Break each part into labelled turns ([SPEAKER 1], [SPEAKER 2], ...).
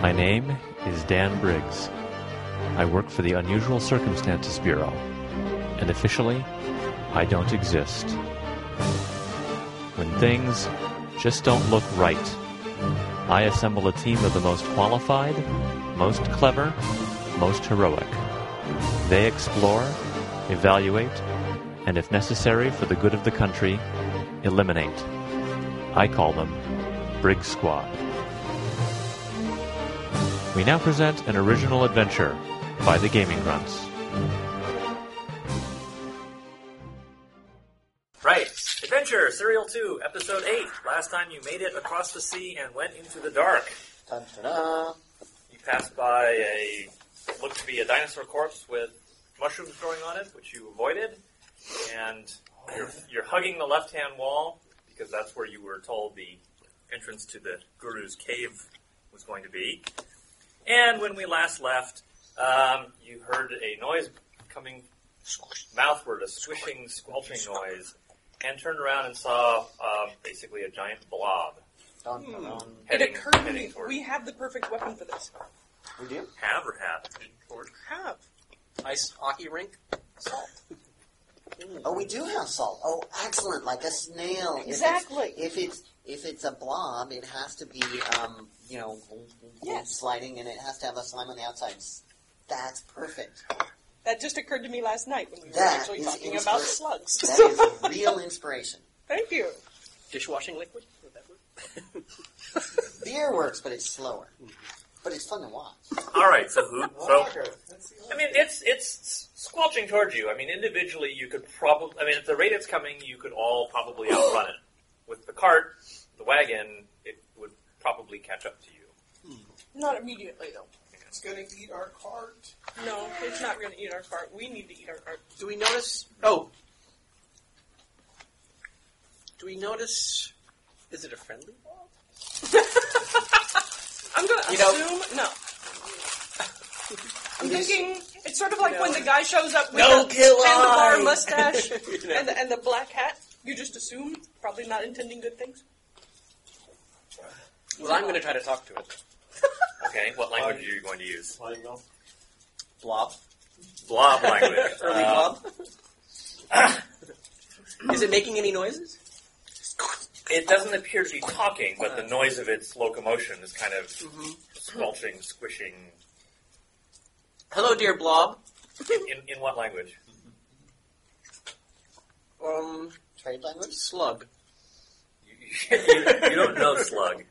[SPEAKER 1] My name is Dan Briggs. I work for the Unusual Circumstances Bureau, and officially, I don't exist. When things just don't look right, I assemble a team of the most qualified, most clever, most heroic. They explore, evaluate, and if necessary for the good of the country, eliminate. I call them Briggs Squad. We now present an original adventure by the Gaming Grunts.
[SPEAKER 2] Right. Adventure, Serial 2, Episode 8. Last time you made it across the sea and went into the dark.
[SPEAKER 3] Dun, dun, dun.
[SPEAKER 2] You passed by a, what looked to be a dinosaur corpse with mushrooms growing on it, which you avoided. And you're, you're hugging the left hand wall because that's where you were told the entrance to the guru's cave was going to be. And when we last left, um, you heard a noise coming mouthward, a swishing, squelching noise, and turned around and saw um, basically a giant blob
[SPEAKER 3] Dun, dun, dun.
[SPEAKER 4] It
[SPEAKER 2] heading,
[SPEAKER 4] occurred to
[SPEAKER 2] heading
[SPEAKER 4] me
[SPEAKER 2] toward
[SPEAKER 4] we have the perfect weapon for this.
[SPEAKER 3] We do?
[SPEAKER 2] have or have toward
[SPEAKER 4] Have
[SPEAKER 5] ice hockey rink.
[SPEAKER 4] salt.
[SPEAKER 3] Oh, we do have salt. Oh, excellent! Like a snail. If it's-
[SPEAKER 4] Exactly.
[SPEAKER 3] If it's if it's a blob, it has to be um, you know
[SPEAKER 4] Yes.
[SPEAKER 3] sliding, and it has to have a slime on the outside. S- That's perfect.
[SPEAKER 4] That just occurred to me last night when we were
[SPEAKER 3] That
[SPEAKER 4] actually
[SPEAKER 3] is
[SPEAKER 4] talking
[SPEAKER 3] inspir-
[SPEAKER 4] about slugs.
[SPEAKER 3] That is real inspiration.
[SPEAKER 4] Thank you.
[SPEAKER 5] Dishwashing liquid? Would that work?
[SPEAKER 3] Beer works, but it's slower. But it's fun to watch.
[SPEAKER 2] All right, so who? So
[SPEAKER 3] Let's see.
[SPEAKER 2] I mean, it's it's squelching towards you. I mean, individually, you could probably. I mean, at the rate it's coming, you could all probably outrun it. With the cart, the wagon, it would probably catch up to you.
[SPEAKER 4] Not immediately though.
[SPEAKER 6] It's going to eat our cart.
[SPEAKER 4] No, it's not going to eat our cart. We need to eat our cart.
[SPEAKER 5] Do we notice? Oh. Do we notice? Is it a friendly wall?
[SPEAKER 4] I'm going to
[SPEAKER 5] You know-
[SPEAKER 4] assume no. I'm
[SPEAKER 3] Yes.
[SPEAKER 4] thinking it's sort of like
[SPEAKER 5] No.
[SPEAKER 4] when the guy shows up with
[SPEAKER 5] No
[SPEAKER 4] the
[SPEAKER 5] kill
[SPEAKER 4] handlebar
[SPEAKER 5] eye.
[SPEAKER 4] mustache
[SPEAKER 5] You know.
[SPEAKER 4] and, the, and the black hat. You just assume, probably not intending good things.
[SPEAKER 5] Well, I'm going to try to talk to it.
[SPEAKER 2] Okay, what language are you going to use?
[SPEAKER 5] Blob.
[SPEAKER 2] Blob language.
[SPEAKER 5] Early
[SPEAKER 2] Uh,
[SPEAKER 5] blob. is it making any noises?
[SPEAKER 2] It doesn't appear to be talking, but the noise of its locomotion is kind of squelching, squishing.
[SPEAKER 5] Hello, dear blob.
[SPEAKER 2] In, in what language?
[SPEAKER 5] Um,
[SPEAKER 3] Trade language.
[SPEAKER 5] slug.
[SPEAKER 2] You, you- you don't know slug.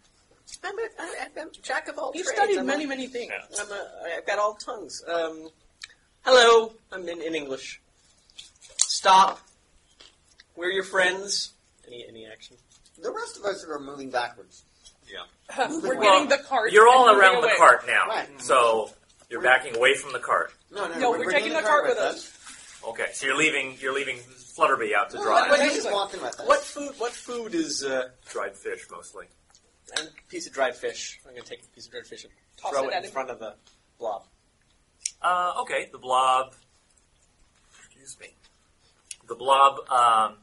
[SPEAKER 5] I'm, a, I- I'm a jack of all
[SPEAKER 4] You've
[SPEAKER 5] trades.
[SPEAKER 4] studied
[SPEAKER 5] I'm
[SPEAKER 4] many,
[SPEAKER 5] a,
[SPEAKER 4] many things.
[SPEAKER 2] Yeah.
[SPEAKER 5] I'm a, I've got all tongues. Um, hello. I'm in, in English. Stop. We're your friends. Any any action?
[SPEAKER 3] The rest of us are moving backwards.
[SPEAKER 4] We're
[SPEAKER 3] Well,
[SPEAKER 4] getting the cart.
[SPEAKER 2] You're all
[SPEAKER 4] and moving
[SPEAKER 2] around the
[SPEAKER 4] away.
[SPEAKER 2] cart now,
[SPEAKER 3] Right.
[SPEAKER 2] so you're backing away from the cart.
[SPEAKER 3] No, no,
[SPEAKER 4] No,
[SPEAKER 3] we're,
[SPEAKER 4] we're
[SPEAKER 3] bringing
[SPEAKER 4] taking
[SPEAKER 3] the
[SPEAKER 4] the cart with us.
[SPEAKER 2] Okay, so you're leaving. You're leaving Flutterby out to
[SPEAKER 3] No,
[SPEAKER 2] dry.
[SPEAKER 3] but
[SPEAKER 5] What-
[SPEAKER 3] he's walking with us.
[SPEAKER 5] What food? What food is uh,
[SPEAKER 2] Dried fish mostly.
[SPEAKER 5] and a piece of dried fish? I'm gonna take a piece of dried fish and
[SPEAKER 4] Toss
[SPEAKER 5] throw
[SPEAKER 4] it
[SPEAKER 5] it,
[SPEAKER 4] at
[SPEAKER 5] in
[SPEAKER 4] him.
[SPEAKER 5] front of the blob.
[SPEAKER 2] Uh, okay, the blob. Excuse me. The blob. Um,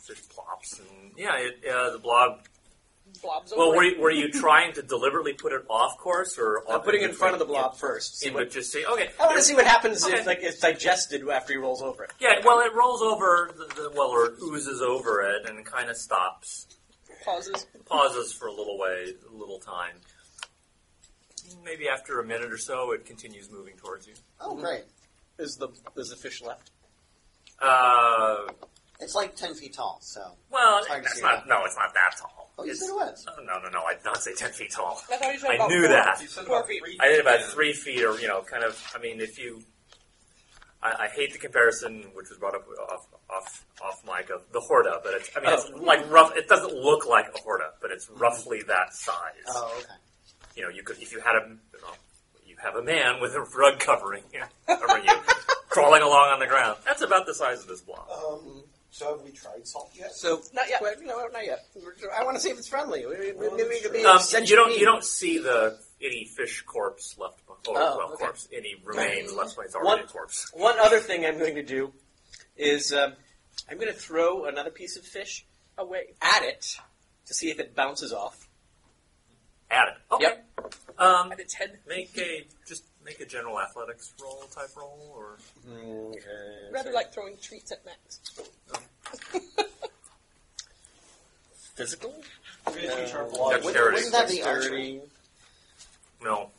[SPEAKER 2] fish plops and yeah, it, uh, the blob.
[SPEAKER 4] Blobs
[SPEAKER 2] Well,
[SPEAKER 4] over.
[SPEAKER 2] were you, were you trying to deliberately put it off course or
[SPEAKER 5] I'm
[SPEAKER 2] off-
[SPEAKER 5] putting it in front of the blob first. See
[SPEAKER 2] In,
[SPEAKER 5] what-
[SPEAKER 2] but just say okay.
[SPEAKER 5] I want to see what happens
[SPEAKER 2] Okay.
[SPEAKER 5] if like it's digested after he rolls over it.
[SPEAKER 2] Yeah, well, it rolls over the, the well, or oozes over it, and kind of stops,
[SPEAKER 4] pauses.
[SPEAKER 2] pauses for a little way, a little time. Maybe after a minute or so, it continues moving towards you.
[SPEAKER 3] Oh, great!
[SPEAKER 5] Is the is the fish left?
[SPEAKER 2] Uh,
[SPEAKER 3] It's like ten feet tall. So,
[SPEAKER 2] well,
[SPEAKER 3] It's hard to
[SPEAKER 2] that's
[SPEAKER 3] see
[SPEAKER 2] not. No, it's not that tall.
[SPEAKER 3] oh, you
[SPEAKER 2] It's-
[SPEAKER 3] said it was.
[SPEAKER 2] Oh, no, no, no! I did not say ten feet tall.
[SPEAKER 4] I thought you said
[SPEAKER 2] I
[SPEAKER 4] about
[SPEAKER 2] knew
[SPEAKER 4] four.
[SPEAKER 2] that.
[SPEAKER 4] Four feet.
[SPEAKER 2] I did about three feet, or you know, kind of. I mean, if you, I, I hate the comparison, which was brought up off off off mic of the horda, but it's. I mean, it's
[SPEAKER 5] Oh.
[SPEAKER 2] like rough. It doesn't look like a horda, but it's roughly that size.
[SPEAKER 3] Oh, okay.
[SPEAKER 2] You know, you could if you had a, you, know, you have a man with a rug covering you, covering you, crawling along on the ground. That's about the size of this block.
[SPEAKER 5] Oh,
[SPEAKER 6] Um, so have we tried salt yet?
[SPEAKER 5] So
[SPEAKER 4] Not yet.
[SPEAKER 5] Well, no, not yet. We're- I want to see if it's friendly. We- we-
[SPEAKER 6] Well,
[SPEAKER 5] Maybe we could be
[SPEAKER 2] Um,
[SPEAKER 5] centipede.
[SPEAKER 2] you don't you don't see the any fish corpse left behind. Oh,
[SPEAKER 5] Oh,
[SPEAKER 2] well,
[SPEAKER 5] okay.
[SPEAKER 2] corpse. Any remains left behind. It's
[SPEAKER 5] One-
[SPEAKER 2] already a corpse.
[SPEAKER 5] One other thing I'm going to do is um, I'm going to throw another piece of fish
[SPEAKER 4] Away.
[SPEAKER 5] at it to see if it bounces off.
[SPEAKER 2] Add it. Okay.
[SPEAKER 5] Yep.
[SPEAKER 2] Um,
[SPEAKER 4] At its head.
[SPEAKER 2] make a just make a general athletics roll type roll, or
[SPEAKER 4] Rather like throwing treats at Max.
[SPEAKER 5] physical.
[SPEAKER 2] Dexterity.
[SPEAKER 3] Wouldn't that be archery?
[SPEAKER 5] Dexterity.
[SPEAKER 2] no?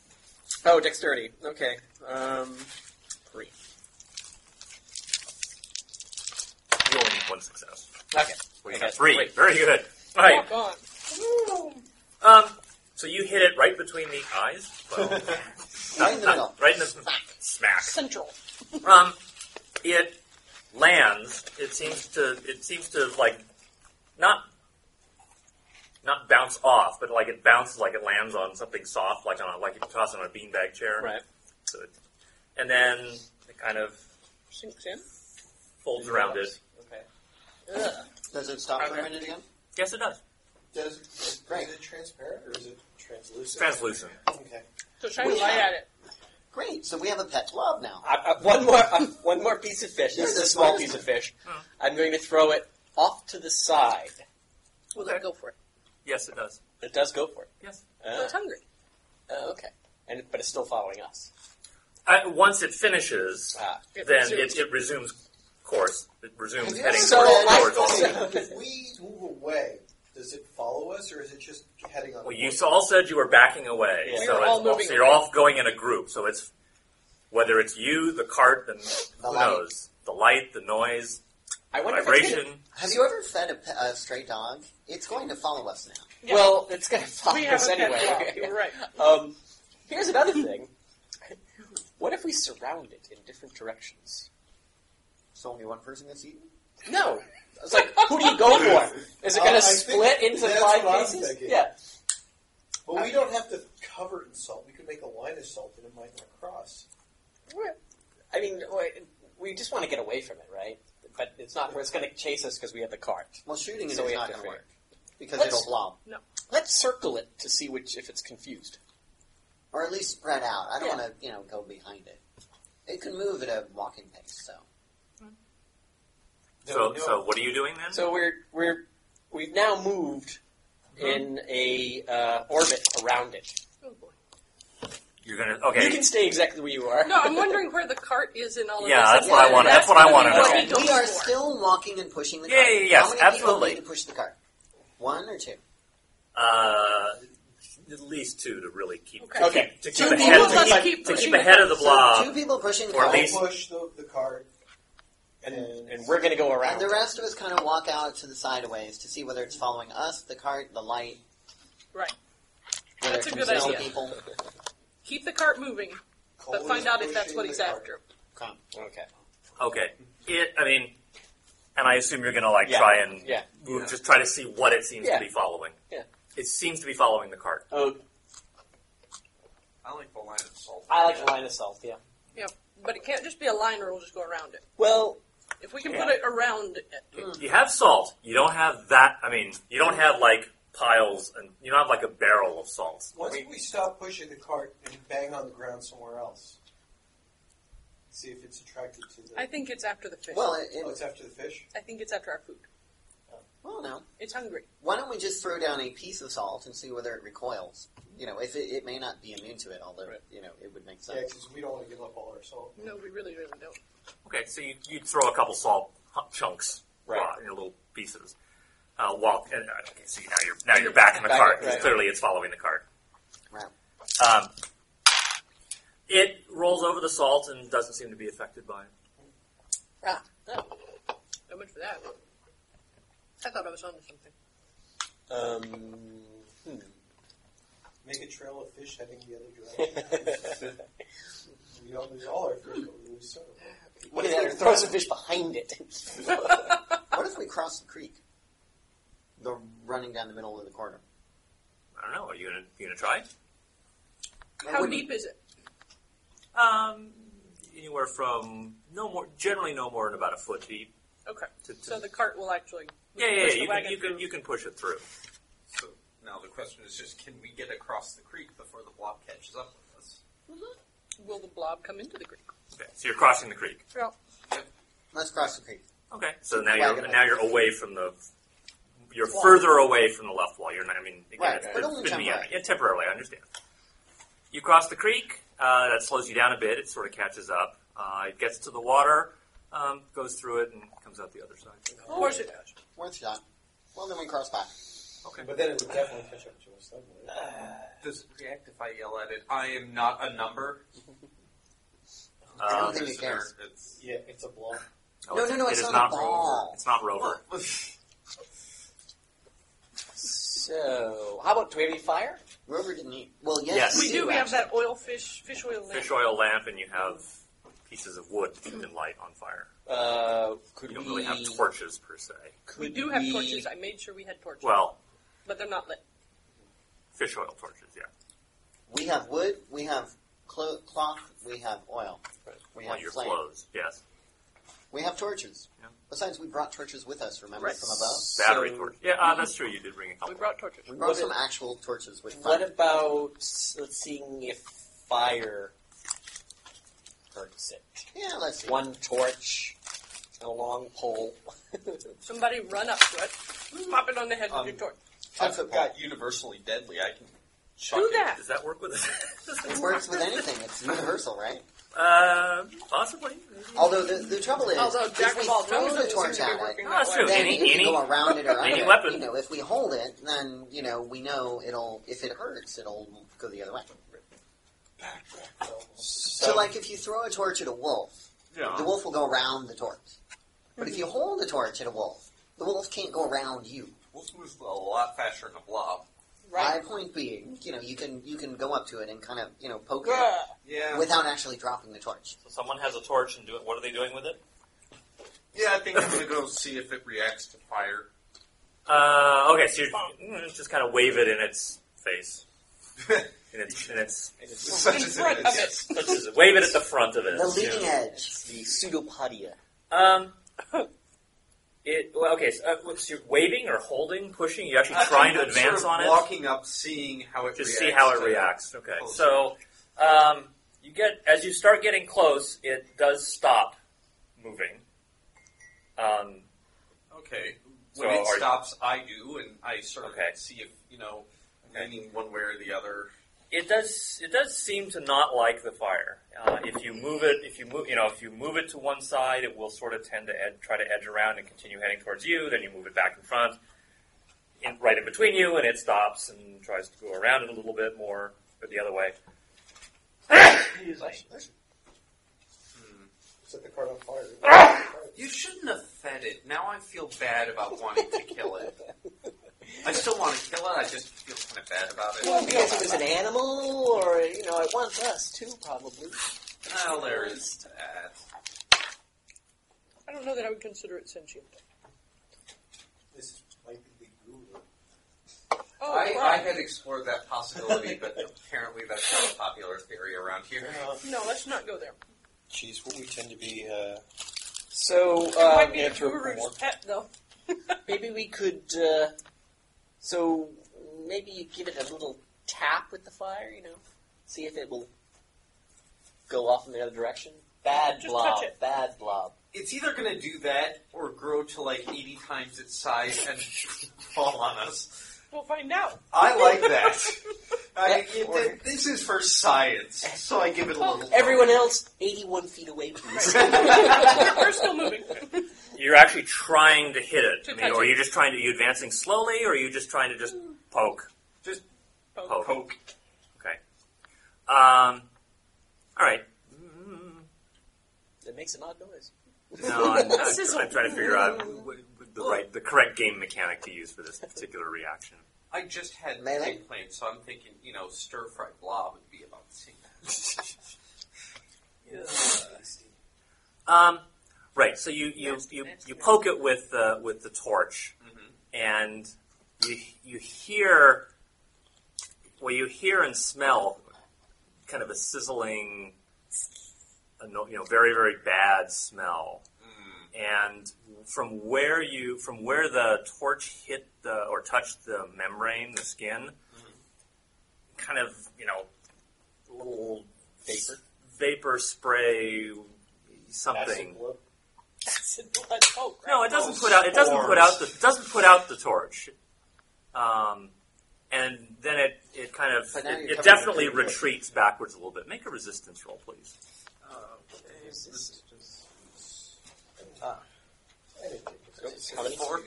[SPEAKER 5] Oh, dexterity. Okay. Um, three.
[SPEAKER 2] You only need one success.
[SPEAKER 5] Okay.
[SPEAKER 2] Well,
[SPEAKER 5] I
[SPEAKER 2] you
[SPEAKER 5] got
[SPEAKER 2] got three.
[SPEAKER 5] three.
[SPEAKER 2] Very good. All right.
[SPEAKER 4] Walk on.
[SPEAKER 2] Um, so you hit it right between the eyes. Well,
[SPEAKER 3] Right in the
[SPEAKER 2] not-
[SPEAKER 3] middle.
[SPEAKER 2] Right in the smack.
[SPEAKER 4] Central.
[SPEAKER 2] Um, it lands. It seems to. It seems to like not not bounce off, but like it bounces, like it lands on something soft, like on a, like you toss it on a beanbag chair.
[SPEAKER 5] Right.
[SPEAKER 2] So it, and then it kind of
[SPEAKER 4] Sinks in.
[SPEAKER 2] folds around it.
[SPEAKER 5] Okay.
[SPEAKER 4] Ugh.
[SPEAKER 3] Does it stop for a minute again?
[SPEAKER 2] Yes, it does.
[SPEAKER 7] Does, is
[SPEAKER 3] Great.
[SPEAKER 7] it transparent or is it translucent?
[SPEAKER 2] Translucent.
[SPEAKER 7] Okay.
[SPEAKER 4] So shine a light at it.
[SPEAKER 3] Great. So we have a pet glove now.
[SPEAKER 5] I, I, one more. Uh, one more piece of fish. This is a small piece of fish.
[SPEAKER 7] Oh.
[SPEAKER 5] I'm going to throw it off to the side.
[SPEAKER 4] Well,
[SPEAKER 2] Okay.
[SPEAKER 4] then go for it.
[SPEAKER 2] Yes, it does.
[SPEAKER 5] It does go for it.
[SPEAKER 2] Yes.
[SPEAKER 4] So
[SPEAKER 5] Uh,
[SPEAKER 4] it's hungry.
[SPEAKER 5] uh, okay. And but it's still following us.
[SPEAKER 2] Uh, once it finishes,
[SPEAKER 5] Ah.
[SPEAKER 4] It
[SPEAKER 2] then
[SPEAKER 4] resumes.
[SPEAKER 2] it, it resumes course. It resumes
[SPEAKER 7] Have you
[SPEAKER 2] heading
[SPEAKER 7] ever
[SPEAKER 5] So
[SPEAKER 7] read-
[SPEAKER 5] I
[SPEAKER 2] towards.
[SPEAKER 5] thought-
[SPEAKER 7] if we move away, does it follow us or is it just heading on?
[SPEAKER 2] Well,
[SPEAKER 7] the
[SPEAKER 2] you
[SPEAKER 7] board?
[SPEAKER 2] all said you were backing away,
[SPEAKER 5] Yeah. We
[SPEAKER 2] so,
[SPEAKER 4] were
[SPEAKER 2] it's,
[SPEAKER 4] all moving
[SPEAKER 2] so you're
[SPEAKER 4] away.
[SPEAKER 2] all going in a group. So it's whether it's you, the cart, and who
[SPEAKER 3] light.
[SPEAKER 2] knows the light, the noise,
[SPEAKER 5] I wonder if it's
[SPEAKER 2] vibration.
[SPEAKER 3] Have you ever fed a, pe- a stray dog? It's going to follow us now.
[SPEAKER 5] gonna, well, it's going to follow
[SPEAKER 4] We have
[SPEAKER 5] us
[SPEAKER 4] a
[SPEAKER 5] anyway.
[SPEAKER 4] pet dog.
[SPEAKER 5] Okay.
[SPEAKER 4] You're right.
[SPEAKER 5] Um, here's another thing. What if we surround it in different directions?
[SPEAKER 3] So only one person gets eaten?
[SPEAKER 5] No. It's like, who do you go for? Is it going
[SPEAKER 7] Uh,
[SPEAKER 5] to
[SPEAKER 7] I
[SPEAKER 5] split
[SPEAKER 7] think
[SPEAKER 5] into
[SPEAKER 7] that's
[SPEAKER 5] five
[SPEAKER 7] what I'm
[SPEAKER 5] pieces?
[SPEAKER 7] thinking.
[SPEAKER 5] Yeah.
[SPEAKER 7] But we don't have to cover it in salt. We could make a line of salt and it might not cross.
[SPEAKER 5] I mean, we- we just want to get away from it, right? But it's not. It's going to chase us because we have the cart.
[SPEAKER 3] Well, shooting it
[SPEAKER 5] So we
[SPEAKER 3] is
[SPEAKER 5] have
[SPEAKER 3] not going to
[SPEAKER 5] to figure-
[SPEAKER 3] work. Because
[SPEAKER 5] Let's-
[SPEAKER 3] it'll blob.
[SPEAKER 5] Let's circle it to see which if it's confused.
[SPEAKER 3] Or at least spread out. I don't
[SPEAKER 5] Yeah.
[SPEAKER 3] want to, you know, go behind it. It can move at a walking pace, so.
[SPEAKER 7] Then
[SPEAKER 2] So,
[SPEAKER 7] we know.
[SPEAKER 2] so what are you doing then?
[SPEAKER 5] So we're we're we've now moved in a uh, orbit around it.
[SPEAKER 4] Oh, boy.
[SPEAKER 2] You're gonna okay.
[SPEAKER 5] You can stay exactly where you are.
[SPEAKER 4] No, I'm wondering where the cart is in all of
[SPEAKER 2] Yeah,
[SPEAKER 4] this.
[SPEAKER 2] that's what I wanna- that's what I wanna
[SPEAKER 4] gonna be
[SPEAKER 2] know.
[SPEAKER 4] what he goes
[SPEAKER 3] we are
[SPEAKER 4] for.
[SPEAKER 3] still walking and pushing the
[SPEAKER 2] Yeah,
[SPEAKER 3] cart.
[SPEAKER 2] yeah, yes,
[SPEAKER 3] How many
[SPEAKER 2] absolutely.
[SPEAKER 3] people need to push the cart? One or two?
[SPEAKER 2] uh, at least two to really keep
[SPEAKER 4] Okay.
[SPEAKER 2] to
[SPEAKER 5] Okay.
[SPEAKER 2] keep, to
[SPEAKER 5] Two
[SPEAKER 2] keep
[SPEAKER 5] people
[SPEAKER 2] ahead to
[SPEAKER 5] must
[SPEAKER 2] keep,
[SPEAKER 4] keep
[SPEAKER 2] to
[SPEAKER 4] pushing
[SPEAKER 2] keep ahead of the
[SPEAKER 4] the
[SPEAKER 3] So two
[SPEAKER 2] blob.
[SPEAKER 3] people pushing the
[SPEAKER 2] Or at
[SPEAKER 3] cart,
[SPEAKER 2] least-
[SPEAKER 7] I'll push the, the cart
[SPEAKER 5] and,
[SPEAKER 7] and,
[SPEAKER 5] and we're going to go around.
[SPEAKER 3] and the rest of us kind of walk out to the sideways to see whether it's following us, the cart, the light,
[SPEAKER 4] Right.
[SPEAKER 3] whether
[SPEAKER 4] That's
[SPEAKER 3] it
[SPEAKER 4] a
[SPEAKER 3] can
[SPEAKER 4] good
[SPEAKER 3] smell
[SPEAKER 4] idea.
[SPEAKER 3] people.
[SPEAKER 4] Keep the cart moving, but
[SPEAKER 7] Cole
[SPEAKER 4] find
[SPEAKER 7] is
[SPEAKER 4] out if that's
[SPEAKER 7] pushing
[SPEAKER 4] what
[SPEAKER 7] the
[SPEAKER 4] he's
[SPEAKER 7] cart.
[SPEAKER 4] after.
[SPEAKER 3] Come.
[SPEAKER 5] Okay.
[SPEAKER 2] Okay. It. I mean, and I assume you're gonna like
[SPEAKER 5] Yeah.
[SPEAKER 2] try and
[SPEAKER 5] Yeah.
[SPEAKER 2] move- just try to see what it seems
[SPEAKER 5] Yeah.
[SPEAKER 2] to be following.
[SPEAKER 5] Yeah.
[SPEAKER 2] It seems to be following the cart.
[SPEAKER 5] Oh,
[SPEAKER 8] I like the line of salt.
[SPEAKER 5] I like line of salt. Yeah.
[SPEAKER 4] Yeah, but it can't just be a line or we'll just go around it.
[SPEAKER 5] Well,
[SPEAKER 4] If we can
[SPEAKER 2] Yeah.
[SPEAKER 4] put it around it,
[SPEAKER 5] Mm.
[SPEAKER 2] You have salt. You don't have that. I mean, you don't have like piles, and you don't have like a barrel of salt.
[SPEAKER 7] Once we stop pushing the cart and bang on the ground somewhere else, see if it's attracted to the.
[SPEAKER 4] I think it's after the fish.
[SPEAKER 3] Well, it, it
[SPEAKER 7] oh, it's after the fish.
[SPEAKER 4] I think it's after our food.
[SPEAKER 3] well, no.
[SPEAKER 4] It's hungry.
[SPEAKER 3] Why don't we just throw down a piece of salt and see whether it recoils? You know, if it, it may not be immune to it, although you know it would make
[SPEAKER 7] Yeah,
[SPEAKER 3] sense.
[SPEAKER 7] because we don't want to give up all our salt.
[SPEAKER 4] No, we really, really don't.
[SPEAKER 2] Okay, so you, you throw a couple salt hu- chunks
[SPEAKER 5] Right.
[SPEAKER 2] raw in your little pieces. Uh, walk. And, uh, okay, see now you're now you're back in the
[SPEAKER 5] Back,
[SPEAKER 2] cart.
[SPEAKER 5] right.
[SPEAKER 2] because Clearly, it's following the cart.
[SPEAKER 3] Right.
[SPEAKER 2] Um, it rolls over the salt and doesn't seem to be affected by it.
[SPEAKER 4] Ah, no. So much for that. I thought I was onto something.
[SPEAKER 5] um,
[SPEAKER 7] Make a trail of fish heading the other direction. we don't lose all our fish, but we lose some. of them.
[SPEAKER 5] what if it throws a fish behind it?
[SPEAKER 3] What if we cross the creek? The running down the middle of the corridor.
[SPEAKER 2] I don't know. Are you gonna you gonna try?
[SPEAKER 3] Or
[SPEAKER 4] How
[SPEAKER 3] wouldn't-
[SPEAKER 4] deep is it?
[SPEAKER 2] Um, anywhere from no more. Generally, no more than about a foot deep.
[SPEAKER 4] Okay.
[SPEAKER 2] To, to,
[SPEAKER 4] So the cart will actually.
[SPEAKER 2] yeah, yeah,
[SPEAKER 4] push
[SPEAKER 2] yeah.
[SPEAKER 4] the
[SPEAKER 2] You can,
[SPEAKER 4] wagon
[SPEAKER 2] you can
[SPEAKER 4] through.
[SPEAKER 2] you can push it through.
[SPEAKER 8] So now the question is just can we get across the creek before the blob catches up with us?
[SPEAKER 4] Will the blob come into the creek?
[SPEAKER 2] Okay, so you're crossing the creek.
[SPEAKER 4] Well,
[SPEAKER 3] Let's cross the creek.
[SPEAKER 2] Okay, so now you're
[SPEAKER 3] Wagon.
[SPEAKER 2] now you're away from the you're
[SPEAKER 3] Wall.
[SPEAKER 2] further away from the left wall. You're not. I mean, again,
[SPEAKER 3] Right,
[SPEAKER 2] it's
[SPEAKER 3] right.
[SPEAKER 2] been-
[SPEAKER 3] But only
[SPEAKER 2] been me-
[SPEAKER 3] temporary.
[SPEAKER 2] Yeah, temporarily. I understand. You cross the creek. Uh, that slows you down a bit. It sort of catches up. Uh, it gets to the water, um, goes through it, and comes out the other side.
[SPEAKER 4] Of course it does.
[SPEAKER 3] Worth shot. Well, then we cross back.
[SPEAKER 7] But then it would definitely catch up to us somewhere.
[SPEAKER 8] Does it react if I yell at it? I am not a number.
[SPEAKER 3] I don't
[SPEAKER 2] Um,
[SPEAKER 3] think it
[SPEAKER 8] Prisoner,
[SPEAKER 3] cares.
[SPEAKER 8] It's,
[SPEAKER 7] Yeah, it's a block.
[SPEAKER 2] oh,
[SPEAKER 3] No,
[SPEAKER 2] it-
[SPEAKER 3] no, no,
[SPEAKER 2] It
[SPEAKER 3] it's
[SPEAKER 2] is
[SPEAKER 3] not a
[SPEAKER 2] not rover.
[SPEAKER 3] ball.
[SPEAKER 2] It's not rover.
[SPEAKER 5] So, how about do we have any fire?
[SPEAKER 3] Rover didn't eat. Well, yes,
[SPEAKER 2] Yes.
[SPEAKER 4] We do. We have
[SPEAKER 3] actually.
[SPEAKER 4] that oil fish, fish oil lamp.
[SPEAKER 2] Fish oil lamp, and you have pieces of wood that you can light on fire.
[SPEAKER 5] Uh, could
[SPEAKER 2] You don't
[SPEAKER 5] we?
[SPEAKER 2] really have torches per se.
[SPEAKER 5] Could
[SPEAKER 4] We do have
[SPEAKER 5] we-
[SPEAKER 4] torches. I made sure we had torches.
[SPEAKER 2] Well,
[SPEAKER 4] but they're not lit.
[SPEAKER 2] fish oil torches. Yeah.
[SPEAKER 3] We have wood. We have clo- cloth. We have oil. We
[SPEAKER 2] on
[SPEAKER 3] have
[SPEAKER 2] your
[SPEAKER 3] flame.
[SPEAKER 2] clothes. Yes.
[SPEAKER 3] We have torches.
[SPEAKER 2] Yeah.
[SPEAKER 3] Besides, we brought torches with us. Remember
[SPEAKER 4] Right.
[SPEAKER 3] from above.
[SPEAKER 2] Battery
[SPEAKER 5] So-
[SPEAKER 2] torch. Yeah, uh, that's true. You did bring a
[SPEAKER 4] We
[SPEAKER 2] couple.
[SPEAKER 4] brought torches.
[SPEAKER 3] We brought
[SPEAKER 5] What
[SPEAKER 3] some
[SPEAKER 5] if-
[SPEAKER 3] actual torches with
[SPEAKER 5] What
[SPEAKER 3] fire.
[SPEAKER 5] about let's seeing if fire hurts it?
[SPEAKER 3] yeah, let's see.
[SPEAKER 5] One torch, and a long pole.
[SPEAKER 4] Somebody run up to it, pop it on the head
[SPEAKER 8] Um,
[SPEAKER 4] with your torch.
[SPEAKER 3] Ten
[SPEAKER 8] I've
[SPEAKER 3] foot pole.
[SPEAKER 8] got universally deadly. I can chuck
[SPEAKER 4] Do
[SPEAKER 8] it.
[SPEAKER 4] that.
[SPEAKER 2] Does that work with
[SPEAKER 3] It
[SPEAKER 2] it?
[SPEAKER 3] works with anything. It's universal, right?
[SPEAKER 2] uh, possibly.
[SPEAKER 3] Although the, the trouble is,
[SPEAKER 4] Although Jack
[SPEAKER 3] if we
[SPEAKER 4] of all
[SPEAKER 3] throw
[SPEAKER 4] trades
[SPEAKER 3] the
[SPEAKER 4] doesn't
[SPEAKER 3] torch
[SPEAKER 4] seem to
[SPEAKER 3] at
[SPEAKER 4] be
[SPEAKER 3] it,
[SPEAKER 4] working
[SPEAKER 2] No,
[SPEAKER 4] that
[SPEAKER 2] that's
[SPEAKER 4] way.
[SPEAKER 2] true.
[SPEAKER 3] then
[SPEAKER 2] Any-
[SPEAKER 3] it
[SPEAKER 2] any-
[SPEAKER 3] can go around it or under
[SPEAKER 2] any
[SPEAKER 3] it.
[SPEAKER 2] weapon.
[SPEAKER 3] You know, if we hold it, then you know we know it'll. If it hurts, it'll go the other way. So, like, if you throw a torch at a wolf,
[SPEAKER 2] Uh-huh.
[SPEAKER 3] the wolf will go around the torch. But
[SPEAKER 4] Mm-hmm.
[SPEAKER 3] if you hold a torch at a wolf, the wolf can't go around you.
[SPEAKER 8] Wolf moves a lot faster than a blob.
[SPEAKER 3] My
[SPEAKER 4] Right.
[SPEAKER 3] point being, you know, you can you can go up to it and kind of you know poke
[SPEAKER 4] Yeah.
[SPEAKER 8] Yeah.
[SPEAKER 3] it without actually dropping the torch.
[SPEAKER 2] So someone has a torch and do it. What are they doing with it?
[SPEAKER 8] yeah, I think I'm gonna go see if it reacts to fire.
[SPEAKER 2] Uh, okay, so you are just kind of wave it in its face. in its, in its,
[SPEAKER 8] Such
[SPEAKER 4] In
[SPEAKER 8] as
[SPEAKER 4] front
[SPEAKER 8] it
[SPEAKER 4] of
[SPEAKER 8] is.
[SPEAKER 4] it.
[SPEAKER 2] let's just wave it at the front of it.
[SPEAKER 3] The leading
[SPEAKER 8] yeah.
[SPEAKER 3] edge.
[SPEAKER 5] The pseudopodia.
[SPEAKER 2] Um, it well, okay. So, uh, so you're waving or holding, pushing. You actually
[SPEAKER 8] I
[SPEAKER 2] trying
[SPEAKER 8] think
[SPEAKER 2] to
[SPEAKER 8] I'm sort
[SPEAKER 2] advance
[SPEAKER 8] of
[SPEAKER 2] on it.
[SPEAKER 8] Walking up, seeing how it
[SPEAKER 2] just
[SPEAKER 8] reacts.
[SPEAKER 2] see how it
[SPEAKER 8] to-
[SPEAKER 2] reacts. Okay.
[SPEAKER 8] uh, Close.
[SPEAKER 2] So um, you get as you start getting close, it does stop moving. Um,
[SPEAKER 8] Okay.
[SPEAKER 2] So
[SPEAKER 8] When it
[SPEAKER 2] are you-
[SPEAKER 8] stops, I do, and I sort of
[SPEAKER 2] Okay.
[SPEAKER 8] see if you know,
[SPEAKER 2] Okay.
[SPEAKER 8] leaning one way or the other.
[SPEAKER 2] it does it does seem to not like the fire. Uh, if you move it, if you move, you know, if you move it to one side, it will sort of tend to ed- try to edge around and continue heading towards you. Then you move it back in front, in, right in between you, and it stops and tries to go around it a little bit more, or the other way.
[SPEAKER 8] Hmm.
[SPEAKER 7] Set the cart on fire.
[SPEAKER 8] You shouldn't have fed it. Now I feel bad about wanting to kill it. I still want to kill it. I just feel kind of bad about it.
[SPEAKER 5] Well, because it was an animal, or you know, it wants us too, probably.
[SPEAKER 8] Well, Oh, there is that.
[SPEAKER 4] I don't know that I would consider it sentient.
[SPEAKER 7] This might be the guru.
[SPEAKER 4] Oh,
[SPEAKER 8] I,
[SPEAKER 4] wow.
[SPEAKER 8] I had explored that possibility, but apparently that's not a popular theory around here.
[SPEAKER 4] no, let's not go there.
[SPEAKER 9] Jeez, what we tend to be. Uh... So, uh,
[SPEAKER 4] It
[SPEAKER 9] I'm
[SPEAKER 4] might be
[SPEAKER 9] gonna
[SPEAKER 4] a
[SPEAKER 9] throw
[SPEAKER 4] guru's
[SPEAKER 9] one.
[SPEAKER 4] pet, though.
[SPEAKER 5] Maybe we could. Uh, so maybe you give it a little tap with the fire, you know, see if it will go off in the other direction. Bad
[SPEAKER 4] Just
[SPEAKER 5] blob.
[SPEAKER 4] touch it.
[SPEAKER 5] Bad blob.
[SPEAKER 8] It's either going to do that or grow to like 80 times its size and fall on us.
[SPEAKER 4] We'll find out.
[SPEAKER 8] I like that. I,
[SPEAKER 5] That-
[SPEAKER 8] it- th- this is for science, so I give it a little.
[SPEAKER 5] Everyone else, eighty-one feet away, please.
[SPEAKER 4] We're still moving.
[SPEAKER 2] You're actually trying to hit it.
[SPEAKER 4] To
[SPEAKER 2] I mean,
[SPEAKER 4] touch
[SPEAKER 2] or
[SPEAKER 4] it.
[SPEAKER 2] you're just trying to. Are you advancing slowly, or are you just trying to just poke?
[SPEAKER 8] Just
[SPEAKER 4] Poke.
[SPEAKER 2] Poke.
[SPEAKER 8] poke.
[SPEAKER 2] Okay. Um. All right. Mm-hmm.
[SPEAKER 5] it makes an odd noise.
[SPEAKER 2] No, I'm, I'm,
[SPEAKER 4] Sizzle.
[SPEAKER 2] I'm trying to figure out wh- wh- the right, the correct game mechanic to use for this particular reaction.
[SPEAKER 8] I just had
[SPEAKER 3] Melee?
[SPEAKER 8] eggplant, so I'm thinking, you know, stir fried blob would be about the same.
[SPEAKER 2] Um, right. So you you, you, you poke it with uh, with the torch,
[SPEAKER 8] Mhm.
[SPEAKER 2] and you you hear well you hear and smell kind of a sizzling, a no- you know, very very bad smell. And from where you from where the torch hit the or touched the membrane, the skin, kind of you know, little
[SPEAKER 5] Vapor.
[SPEAKER 2] vapor spray something
[SPEAKER 7] Acid blood.
[SPEAKER 5] It's in blood. Oh, crap.
[SPEAKER 2] No, it doesn't put out. It doesn't put out the. It doesn't put out the torch. Um, and then it, it kind of
[SPEAKER 3] But now you're
[SPEAKER 2] it, it
[SPEAKER 3] covered in
[SPEAKER 2] definitely
[SPEAKER 3] paper.
[SPEAKER 2] retreats backwards a little bit. Make a resistance roll, please.
[SPEAKER 7] Uh, Ah.
[SPEAKER 5] How many?
[SPEAKER 8] Four.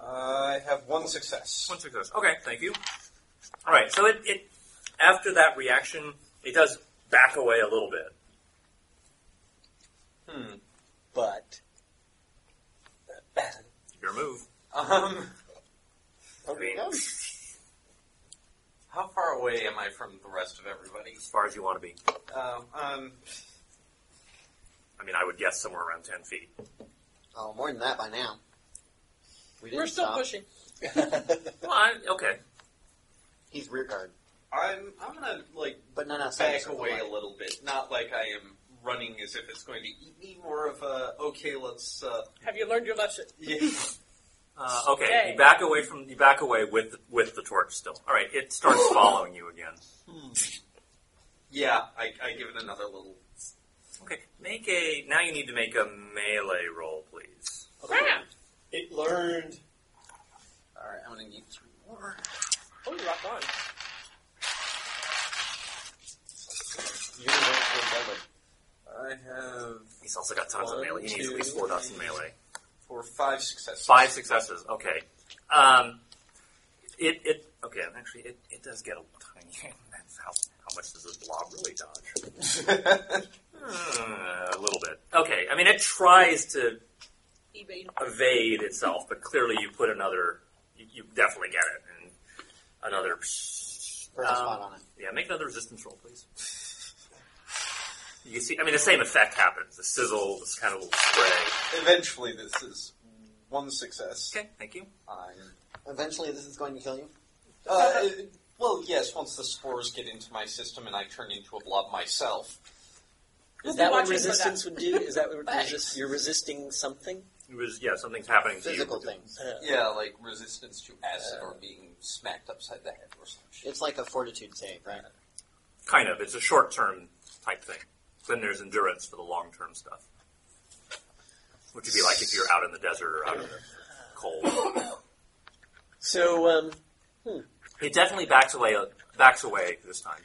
[SPEAKER 7] I have uh, one success.
[SPEAKER 2] One success. Okay, thank you. All right, so it, it after that reaction, it does back away a little bit.
[SPEAKER 8] Hmm.
[SPEAKER 5] But
[SPEAKER 2] Your move.
[SPEAKER 8] Um,
[SPEAKER 2] I mean, as
[SPEAKER 8] how far away am I from the rest of everybody?
[SPEAKER 2] far as you want to be.
[SPEAKER 8] Um, um,
[SPEAKER 2] I mean, I would guess somewhere around ten feet.
[SPEAKER 3] Oh, more than that by now. We didn't
[SPEAKER 4] We're still
[SPEAKER 3] stop.
[SPEAKER 4] pushing.
[SPEAKER 2] Well, I, okay.
[SPEAKER 3] He's rear guard,
[SPEAKER 8] I'm I'm gonna like
[SPEAKER 3] but not outside.
[SPEAKER 8] back
[SPEAKER 3] so the
[SPEAKER 8] away
[SPEAKER 3] light.
[SPEAKER 8] a little bit. Not like I am running as if it's going to eat me. More of a okay, let's. Uh,
[SPEAKER 4] Have you learned your lesson?
[SPEAKER 8] yeah.
[SPEAKER 2] Uh, okay,
[SPEAKER 4] Yay.
[SPEAKER 2] you back away from you back away with with the torch still. All right, it starts following you again.
[SPEAKER 8] Yeah, I, I give it another little.
[SPEAKER 2] Okay, make a now you need to make a melee roll, please.
[SPEAKER 4] Crap!
[SPEAKER 7] It learned.
[SPEAKER 3] All right, I'm gonna need three more.
[SPEAKER 4] Oh, you rock on.
[SPEAKER 7] I have
[SPEAKER 2] He's also got tons of melee. He needs at least four dots in melee.
[SPEAKER 7] for five successes.
[SPEAKER 2] Five successes. Okay. Um, it it okay. and Actually, it, it does get a tiny. That's how how much does this blob really dodge? Hmm, a little bit. Okay. I mean, it tries to
[SPEAKER 4] eBay.
[SPEAKER 2] evade itself, but clearly you put another. You, you definitely get it, and another.
[SPEAKER 3] Put a
[SPEAKER 2] Um,
[SPEAKER 3] spot on it.
[SPEAKER 2] Yeah, make another resistance roll, please. You can see, I mean, the same effect happens. The sizzle, this kind of little spray.
[SPEAKER 7] Eventually, this is one success.
[SPEAKER 2] Okay, thank you.
[SPEAKER 7] I'm.
[SPEAKER 3] Eventually, this is going to kill you.
[SPEAKER 8] Uh, it- well, yes, once the spores get into my system and I turn into a blob myself.
[SPEAKER 5] is
[SPEAKER 4] be
[SPEAKER 5] that what
[SPEAKER 4] watching for that.
[SPEAKER 5] resistance would do? Is that what
[SPEAKER 4] Thanks.
[SPEAKER 5] resist, you're resisting something?
[SPEAKER 2] It was, yeah, something's happening to
[SPEAKER 3] Physical
[SPEAKER 2] you.
[SPEAKER 3] things.
[SPEAKER 5] Uh,
[SPEAKER 8] Yeah, like resistance to acid or being smacked upside the head or something.
[SPEAKER 3] It's like a fortitude save, right?
[SPEAKER 2] Kind of. It's a short term type thing. Then there's endurance for the long term stuff. Which would be like if you're out in the desert or out in the cold.
[SPEAKER 5] So, um,
[SPEAKER 2] It definitely backs away, backs away this time.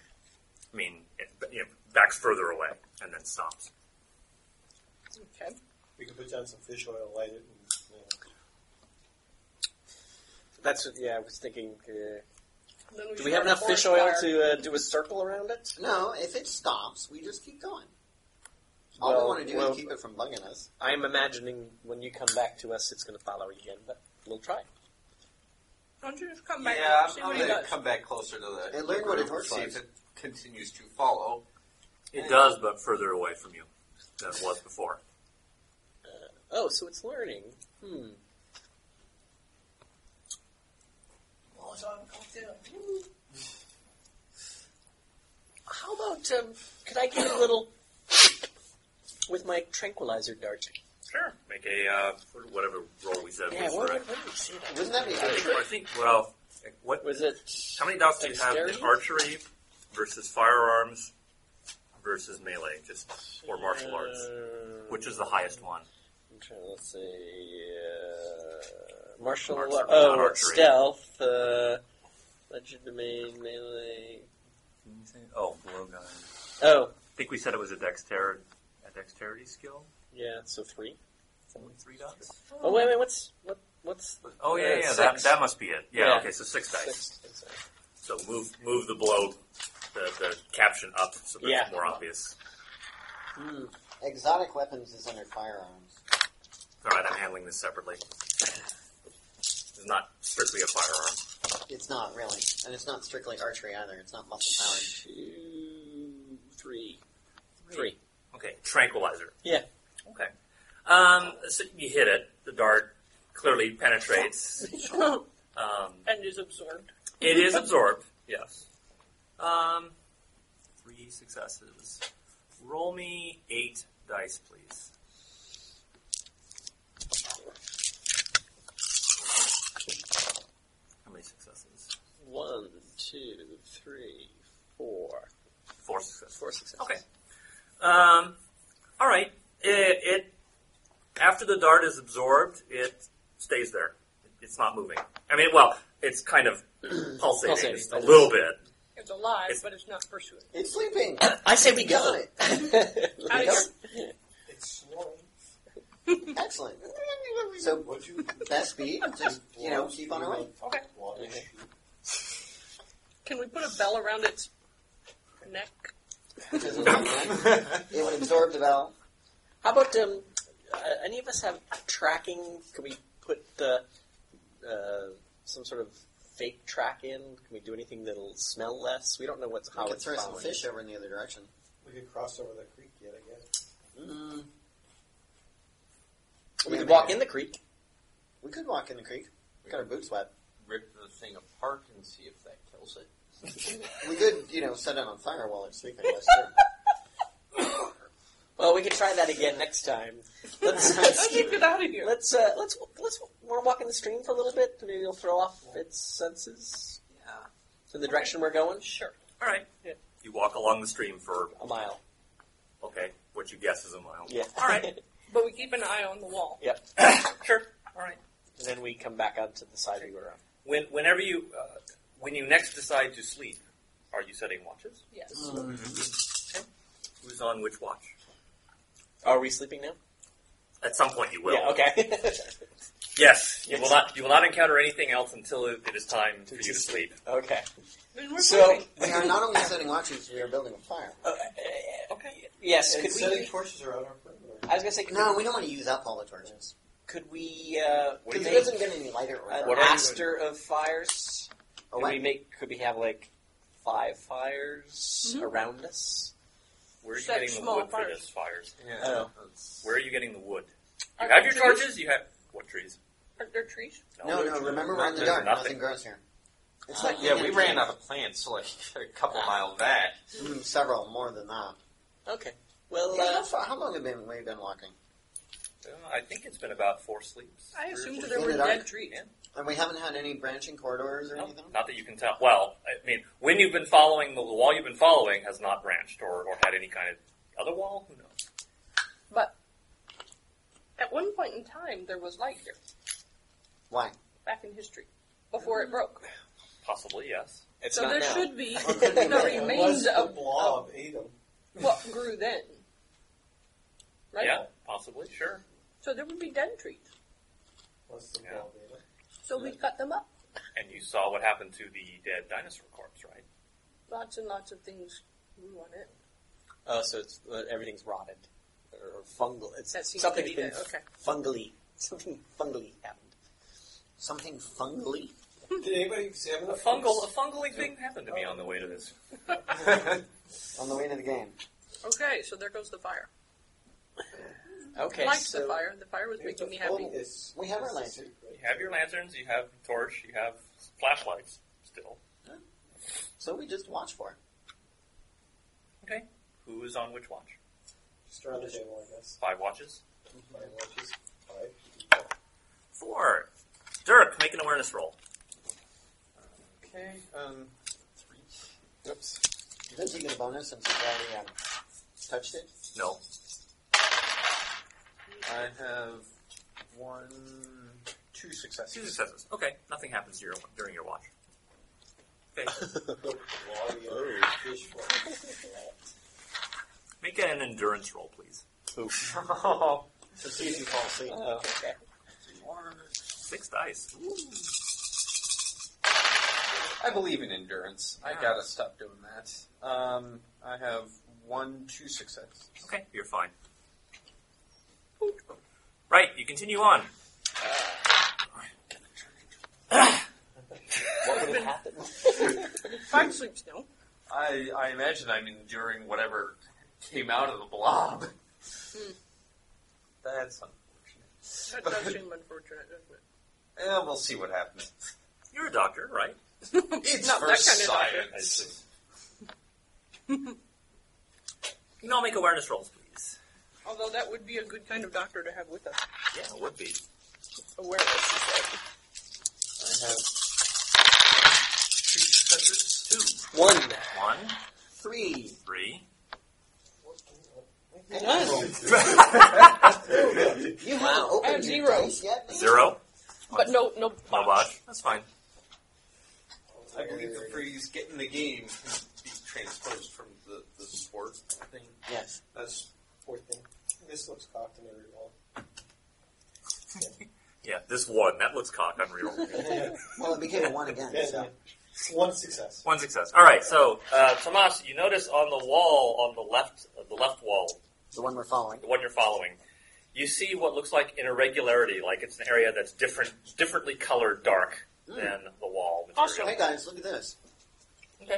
[SPEAKER 2] I mean, it you know, backs further away and then stops.
[SPEAKER 4] Okay.
[SPEAKER 7] We can put down some fish oil, light it, and you know,
[SPEAKER 5] that's what, yeah, I was thinking. Uh,
[SPEAKER 4] Then
[SPEAKER 5] do
[SPEAKER 4] should
[SPEAKER 5] we have
[SPEAKER 4] burn
[SPEAKER 5] enough
[SPEAKER 4] a
[SPEAKER 5] fish
[SPEAKER 4] forest
[SPEAKER 5] oil
[SPEAKER 4] fire.
[SPEAKER 5] to uh, do a circle around it?
[SPEAKER 3] No, if it stops, we just keep going. All
[SPEAKER 5] Well,
[SPEAKER 3] we want to do
[SPEAKER 5] well-
[SPEAKER 3] is keep it from bugging us.
[SPEAKER 5] I'm imagining when you come back to us, it's going to follow you again, but we'll try.
[SPEAKER 4] Don't you just come back
[SPEAKER 8] yeah,
[SPEAKER 4] and see
[SPEAKER 8] I'm,
[SPEAKER 4] what
[SPEAKER 8] I'm
[SPEAKER 4] he
[SPEAKER 8] gonna
[SPEAKER 4] does?
[SPEAKER 8] come back closer to the.
[SPEAKER 3] It learned what
[SPEAKER 8] group
[SPEAKER 3] it works
[SPEAKER 8] see
[SPEAKER 3] like.
[SPEAKER 8] if it continues to follow.
[SPEAKER 2] It does, but further away from you than it was before.
[SPEAKER 5] Oh, so it's learning. Hmm. How about um, could I get a little with my tranquilizer dart?
[SPEAKER 2] Sure. Make a uh, whatever roll we said.
[SPEAKER 5] Yeah,
[SPEAKER 2] was
[SPEAKER 5] what,
[SPEAKER 2] for
[SPEAKER 5] what, what did you say that?
[SPEAKER 3] Wouldn't that be
[SPEAKER 2] I think, I
[SPEAKER 3] good?
[SPEAKER 2] think. Well, what?
[SPEAKER 5] Was it?
[SPEAKER 2] How many dots do you have in
[SPEAKER 5] Dexterity?
[SPEAKER 2] archery versus firearms versus melee, just or
[SPEAKER 5] Uh,
[SPEAKER 2] martial arts? Which is the highest one?
[SPEAKER 5] I'm trying to- Let's see. Uh, martial
[SPEAKER 2] Arts
[SPEAKER 5] ar-
[SPEAKER 2] are
[SPEAKER 5] oh,
[SPEAKER 2] not archery.
[SPEAKER 5] stealth. Uh, legend domain melee.
[SPEAKER 2] Oh, blowgun.
[SPEAKER 5] Oh,
[SPEAKER 2] I think we said it was a dexterity, a dexterity skill.
[SPEAKER 5] yeah. So three.
[SPEAKER 2] Only three dots.
[SPEAKER 5] Oh wait, wait. What's what? What's
[SPEAKER 2] Oh
[SPEAKER 5] Uh,
[SPEAKER 2] yeah, yeah. That,
[SPEAKER 5] six.
[SPEAKER 2] that must be it. Yeah,
[SPEAKER 5] Yeah.
[SPEAKER 2] Okay. So six dice.
[SPEAKER 5] six? Six.
[SPEAKER 2] So move move the blow, the, the caption up so that
[SPEAKER 5] Yeah.
[SPEAKER 2] it's more obvious.
[SPEAKER 3] Hmm. Exotic weapons is under firearms.
[SPEAKER 2] All right, I'm handling this separately. It's not strictly a firearm.
[SPEAKER 3] It's not really, and it's not strictly archery either. It's not muscle powered.
[SPEAKER 5] Two, three, three.
[SPEAKER 2] Okay, tranquilizer.
[SPEAKER 5] Yeah.
[SPEAKER 2] Okay. Um, so you hit it. The dart clearly penetrates. Um,
[SPEAKER 4] and is absorbed.
[SPEAKER 2] it is absorbed. Yes. Um, three successes. Roll me eight dice, please. How many successes?
[SPEAKER 5] One, two, three, four, four successes.
[SPEAKER 2] Okay. Um, all right. It, it after the dart is absorbed, it stays there. It's not moving. I mean, well, it's kind of pulsating
[SPEAKER 5] Pulsating.
[SPEAKER 2] just a little bit.
[SPEAKER 4] It's alive,
[SPEAKER 2] It's-
[SPEAKER 4] but it's not pursuing.
[SPEAKER 3] It's sleeping.
[SPEAKER 5] I say we
[SPEAKER 3] Got
[SPEAKER 5] go.
[SPEAKER 3] it.
[SPEAKER 4] Out of
[SPEAKER 5] Let's-
[SPEAKER 4] here.
[SPEAKER 7] It's snoring.
[SPEAKER 3] Excellent. So
[SPEAKER 7] Would you
[SPEAKER 3] best speed, just you know, keep on rolling.
[SPEAKER 4] Okay.
[SPEAKER 7] water shoot?
[SPEAKER 4] Can we put a bell around its neck?
[SPEAKER 3] it would absorb the bell.
[SPEAKER 5] How about um, uh, any of us have tracking? Can we put uh, uh, some sort of fake track in? Can we do anything that'll smell less? We don't know what's how
[SPEAKER 3] we could
[SPEAKER 5] Oh, it's
[SPEAKER 3] throw some
[SPEAKER 5] following
[SPEAKER 3] fish
[SPEAKER 5] us.
[SPEAKER 3] over in the other direction.
[SPEAKER 7] We could cross over the creek yet, I guess.
[SPEAKER 3] Mm,
[SPEAKER 5] We
[SPEAKER 3] Yeah,
[SPEAKER 5] could walk
[SPEAKER 3] maybe.
[SPEAKER 5] in the creek.
[SPEAKER 3] we could walk in the creek. We got our boots wet.
[SPEAKER 10] Rip the thing apart and see if that kills it.
[SPEAKER 3] We could, you know, set it on fire while it's sleeping. That's true.
[SPEAKER 5] Well, we could try that again next time.
[SPEAKER 4] Let's
[SPEAKER 5] Let's let's,
[SPEAKER 4] get out of here.
[SPEAKER 5] let's, uh, let's let's want to walk in the stream for a little bit. Maybe it'll throw off its senses
[SPEAKER 8] Yeah.
[SPEAKER 5] in the direction we're going.
[SPEAKER 4] Sure.
[SPEAKER 2] All right.
[SPEAKER 4] Yeah.
[SPEAKER 2] You walk along the stream for
[SPEAKER 5] A mile.
[SPEAKER 2] okay, what you guess is a mile.
[SPEAKER 5] Yeah.
[SPEAKER 2] All right.
[SPEAKER 4] But we keep an eye on the wall.
[SPEAKER 5] yep.
[SPEAKER 2] Sure. All right.
[SPEAKER 5] And then we come back onto the side we were on.
[SPEAKER 2] When, whenever you, uh, when you next decide to sleep, are you setting watches?
[SPEAKER 4] Yes.
[SPEAKER 5] Mm.
[SPEAKER 2] Who's on which watch?
[SPEAKER 5] Are we sleeping now?
[SPEAKER 2] At some point, you will.
[SPEAKER 5] Yeah. Okay.
[SPEAKER 2] Yes, you
[SPEAKER 5] Yes.
[SPEAKER 2] will not. You will not encounter anything else until it it is time for you to sleep.
[SPEAKER 5] okay.
[SPEAKER 4] Then we're
[SPEAKER 5] So.
[SPEAKER 4] moving.
[SPEAKER 3] We are not only setting watches, we are building a fire.
[SPEAKER 5] Uh, okay. Yes.
[SPEAKER 7] And
[SPEAKER 5] Could
[SPEAKER 7] setting
[SPEAKER 5] we?
[SPEAKER 7] torches around our perimeter.
[SPEAKER 5] I was gonna say, could
[SPEAKER 3] No,
[SPEAKER 5] we,
[SPEAKER 3] we don't want to use up all the torches.
[SPEAKER 5] could we uh,
[SPEAKER 2] What do
[SPEAKER 3] Because
[SPEAKER 2] you
[SPEAKER 3] it
[SPEAKER 5] make
[SPEAKER 2] think?
[SPEAKER 3] doesn't get any lighter or
[SPEAKER 5] an
[SPEAKER 2] What
[SPEAKER 3] darker.
[SPEAKER 2] are you
[SPEAKER 5] aster of fires?
[SPEAKER 3] Oh,
[SPEAKER 5] could we
[SPEAKER 3] wait.
[SPEAKER 5] make? Could we have like five fires
[SPEAKER 2] Mm-hmm.
[SPEAKER 5] around us?
[SPEAKER 2] Where are you
[SPEAKER 4] Set
[SPEAKER 2] getting the
[SPEAKER 4] small
[SPEAKER 2] wood for
[SPEAKER 4] fires.
[SPEAKER 2] this fires?
[SPEAKER 10] Yeah.
[SPEAKER 5] Oh.
[SPEAKER 10] that's-
[SPEAKER 2] Where are you getting the wood? You
[SPEAKER 4] Are
[SPEAKER 2] have your
[SPEAKER 4] there trees?
[SPEAKER 2] torches. You have what trees?
[SPEAKER 4] Are there trees?
[SPEAKER 3] No, no, remember we're in the
[SPEAKER 2] There's
[SPEAKER 3] dark.
[SPEAKER 2] nothing.
[SPEAKER 3] Nothing grows here. It's
[SPEAKER 5] Uh,
[SPEAKER 3] like
[SPEAKER 10] yeah, we ran out of plants like a couple mile back.
[SPEAKER 3] Mm, several more than that.
[SPEAKER 5] Okay. Well,
[SPEAKER 3] Yeah, how,
[SPEAKER 5] uh,
[SPEAKER 3] far, how long have been, we been walking?
[SPEAKER 2] Uh, I think it's been about four sleeps.
[SPEAKER 4] I
[SPEAKER 2] Three or
[SPEAKER 4] assumed
[SPEAKER 2] four
[SPEAKER 4] that there
[SPEAKER 3] In
[SPEAKER 4] were
[SPEAKER 3] the dark.
[SPEAKER 4] dead trees.
[SPEAKER 3] And we haven't had any branching corridors or
[SPEAKER 2] No,
[SPEAKER 3] anything?
[SPEAKER 2] Not that you can tell. Well, I mean, when you've been following the wall, you've been following has not branched or, or had any kind of other wall. Who knows?
[SPEAKER 4] But at one point in time, there was light here,
[SPEAKER 3] Why?
[SPEAKER 4] back in history, before it broke.
[SPEAKER 2] Possibly, yes.
[SPEAKER 5] it's
[SPEAKER 4] so
[SPEAKER 5] not
[SPEAKER 4] there
[SPEAKER 5] now.
[SPEAKER 4] should be
[SPEAKER 3] could be
[SPEAKER 4] the
[SPEAKER 3] light.
[SPEAKER 4] remains
[SPEAKER 7] the
[SPEAKER 4] of,
[SPEAKER 7] blob ate them.
[SPEAKER 4] of what grew then. Right?
[SPEAKER 2] Yeah, possibly, sure.
[SPEAKER 4] So there would be dead trees.
[SPEAKER 7] Unless the
[SPEAKER 2] Yeah.
[SPEAKER 7] blob ate them.
[SPEAKER 4] So we cut them up.
[SPEAKER 2] And you saw what happened to the dead dinosaur corpse, right?
[SPEAKER 4] Lots and lots of things grew on it.
[SPEAKER 5] Oh, so it's uh, everything's rotted or, or fungal. It's
[SPEAKER 4] That seems
[SPEAKER 5] something's
[SPEAKER 4] pretty
[SPEAKER 5] been
[SPEAKER 4] good, okay.
[SPEAKER 5] fungally. Something fungally happened.
[SPEAKER 3] Something fungally?
[SPEAKER 7] Did anybody examine
[SPEAKER 2] A
[SPEAKER 7] the
[SPEAKER 2] fungal, a
[SPEAKER 7] corpse?
[SPEAKER 2] fungal thing happened to me on the way to this.
[SPEAKER 3] On the way to the game.
[SPEAKER 4] Okay, so there goes the fire.
[SPEAKER 5] Okay.
[SPEAKER 4] Liked
[SPEAKER 5] so
[SPEAKER 4] the fire. The fire was
[SPEAKER 7] We have to
[SPEAKER 4] making me happy.
[SPEAKER 7] focus.
[SPEAKER 3] We have our
[SPEAKER 7] That's the
[SPEAKER 3] lantern.
[SPEAKER 2] You
[SPEAKER 7] secret.
[SPEAKER 2] have your lanterns, you have torch, you have flashlights still.
[SPEAKER 3] So we just watch for it.
[SPEAKER 2] Okay. Who is on which watch?
[SPEAKER 7] Just around the table, I guess.
[SPEAKER 2] Five watches?
[SPEAKER 7] My watches. Five.
[SPEAKER 2] Four. Dirk, make an awareness roll.
[SPEAKER 10] Okay, um, three.
[SPEAKER 5] Oops.
[SPEAKER 3] Does he get a bonus since he's already um, touched it?
[SPEAKER 2] No.
[SPEAKER 10] I have one, two successes.
[SPEAKER 2] Two successes. Okay. Nothing happens during, during your watch. Okay.
[SPEAKER 7] The blob ate the fish for
[SPEAKER 2] Make an endurance roll, please.
[SPEAKER 10] Oh,
[SPEAKER 3] So see if you fall asleep.
[SPEAKER 5] Oh, okay.
[SPEAKER 2] Six dice.
[SPEAKER 10] I believe in endurance. I gotta stop doing that. Um, I have one, two successes.
[SPEAKER 2] Okay. You're fine. Right. You continue on.
[SPEAKER 5] What would have happened?
[SPEAKER 4] Five sleeps now.
[SPEAKER 10] I, I imagine I'm enduring whatever came out of the blob. That's unfortunate.
[SPEAKER 4] That does seem unfortunate, doesn't
[SPEAKER 10] Eh, we'll see what happens.
[SPEAKER 2] You're a doctor, right?
[SPEAKER 4] it?
[SPEAKER 10] It's
[SPEAKER 4] Not
[SPEAKER 10] for
[SPEAKER 4] that kind of doctor.
[SPEAKER 10] science.
[SPEAKER 2] You can all make awareness rolls, please.
[SPEAKER 4] Although that would be a good kind of doctor to have with us.
[SPEAKER 2] Yeah, it would be.
[SPEAKER 4] Awareness. is that-
[SPEAKER 10] I have two successes.
[SPEAKER 5] One.
[SPEAKER 2] One,
[SPEAKER 3] Three.
[SPEAKER 2] three,
[SPEAKER 3] your
[SPEAKER 4] Zero.
[SPEAKER 3] dice yet? Maybe?
[SPEAKER 2] Zero?
[SPEAKER 4] But no, no
[SPEAKER 2] No botch? That's fine.
[SPEAKER 8] I believe the phrase "get in the game" can be transposed from the, the sport thing.
[SPEAKER 5] Yes.
[SPEAKER 7] That's fourth thing. This looks cocked in every roll.
[SPEAKER 2] Yeah, this one. That looks cock unreal.
[SPEAKER 3] Well, it became a one again. So.
[SPEAKER 7] One success.
[SPEAKER 2] One success. All right. So, uh, Tomas, you notice on the wall on the left, uh, the left wall,
[SPEAKER 3] The one we're following.
[SPEAKER 2] the one you're following, you see what looks like an irregularity, like it's an area that's different, differently colored dark than the wall. Material.
[SPEAKER 4] Awesome.
[SPEAKER 3] Hey guys, look at this.
[SPEAKER 4] Okay.